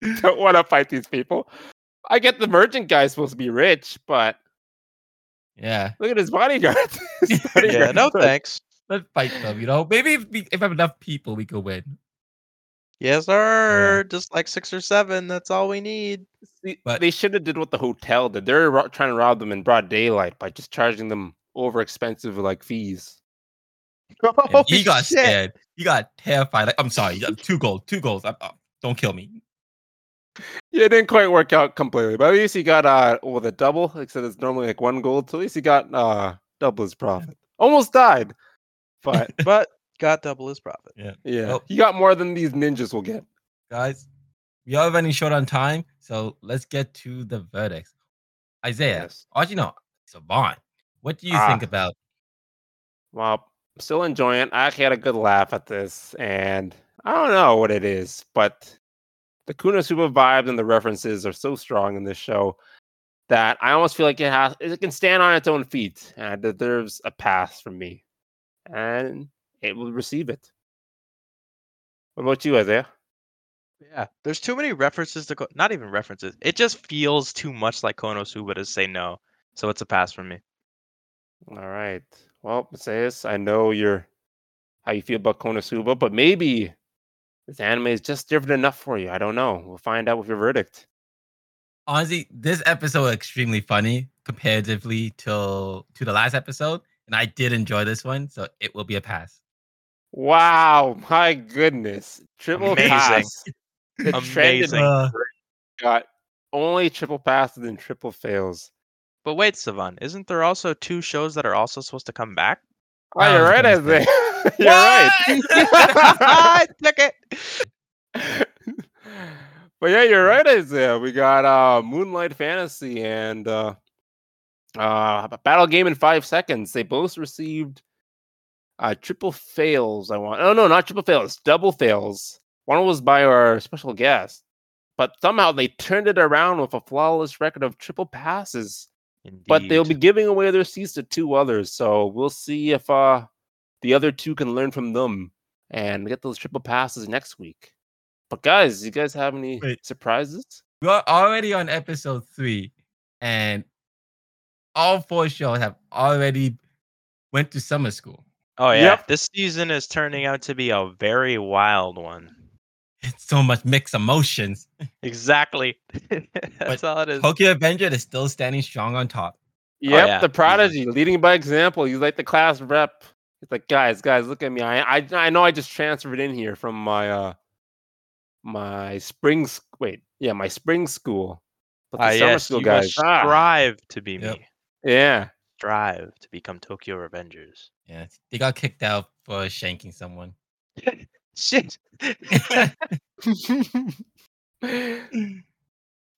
*laughs* don't want to fight these people. I get the merchant guy's supposed to be rich, but *laughs* Yeah, look at his bodyguards. *laughs* His *laughs* Yeah, bodyguards no are- thanks. *laughs* let's fight them. You know, maybe if we, if I have enough people, we could win. Yes, sir. Just like six or seven. That's all we need. See, But- they should have did what the hotel did. They're ro- trying to rob them in broad daylight by just charging them over expensive like fees. And he got scared. He got terrified. Like, I'm sorry. I'm two goals. Two goals. I'm, uh, don't kill me. Yeah, it didn't quite work out completely, but at least he got uh with a double. Except it's normally like one gold, so at least he got uh double his profit. Almost died, *laughs* but But got double his profit. yeah, Well- he got more than these ninjas will get. Guys, we are running short on time, so let's get to the verdicts. Isaiah, Yes. actually, no, Savant, what do you Ah. think about? Well, I'm still enjoying it. I actually had a good laugh at this, and I don't know what it is, but the Kunosuba vibes and the references are so strong in this show that I almost feel like it has it can stand on its own feet and it deserves a pass from me, and it will receive it. What about you, Isaiah? Yeah. There's too many references to go. Not even references. It just feels too much like Konosuba to say no. So it's a pass for me. All right. Well, Matthias, I know you're how you feel about Konosuba, but maybe this anime is just different enough for you. I don't know. We'll find out with your verdict. honestly, this episode was extremely funny comparatively to to the last episode, and I did enjoy this one, so it will be a pass. Wow, my goodness. Triple Amazing. pass. The trend in Amazing. Uh, got only triple passes and triple fails. But wait, Savan, isn't there also two shows that are also supposed to come back? Oh, you're right, Isaiah. *laughs* you're *laughs* right. *laughs* I took it. but yeah, you're right, Isaiah. We got uh, Moonlight Fantasy and uh, uh, Battle Game in Five Seconds. They both received uh, triple fails. I want. Oh no, not triple fails. Double fails. One was by our special guest, but somehow they turned it around with a flawless record of triple passes. But they'll be Indeed. giving away their seats to two others, so we'll see if uh, the other two can learn from them and get those triple passes next week. But guys, you guys have any Wait. Oh, surprises? We're already on episode three, and all four shows have already went to summer school. *laughs* Oh yeah, Yep. this season is turning out to be a very wild one. It's so much mixed emotions. Exactly. *laughs* That's all it is. Tokyo Avenger is still standing strong on top. Yep, yeah, the he's prodigy, leading by example. He's like the class rep. He's like, guys, guys, look at me. I, I, I know I just transferred in here from my, uh, my spring. s- Wait, yeah, my spring school. But the Ah, summer yes, school you must guys, ah, strive to be Yep. me. yeah, *laughs* Strive to become Tokyo Revengers. Yeah, they got kicked out for shanking *laughs* someone. Shit. *laughs*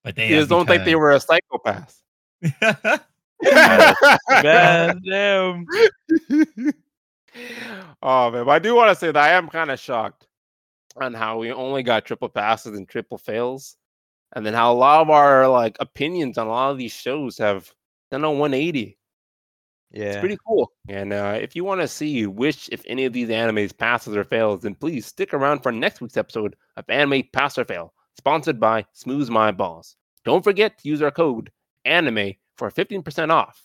But they you just don't think they were a psychopath. *laughs* were. Yeah. God damn. *laughs* oh man, but I do want to say that I am kind of shocked on how we only got triple passes and triple fails, and then how a lot of our like opinions on a lot of these shows have done a 180. It's Yeah. pretty cool. And uh, if you want to see which, if any of these animes passes or fails, then please stick around for next week's episode of Anime Pass or Fail, sponsored by Smooth My Balls. Don't forget to use our code ANIME for 15% off.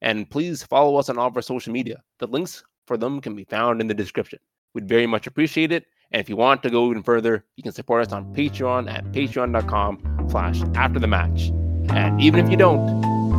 And please follow us on all of our social media. The links for them can be found in the description. We'd very much appreciate it. And if you want to go even further, you can support us on Patreon at patreon.com slash after the match. And even if you don't,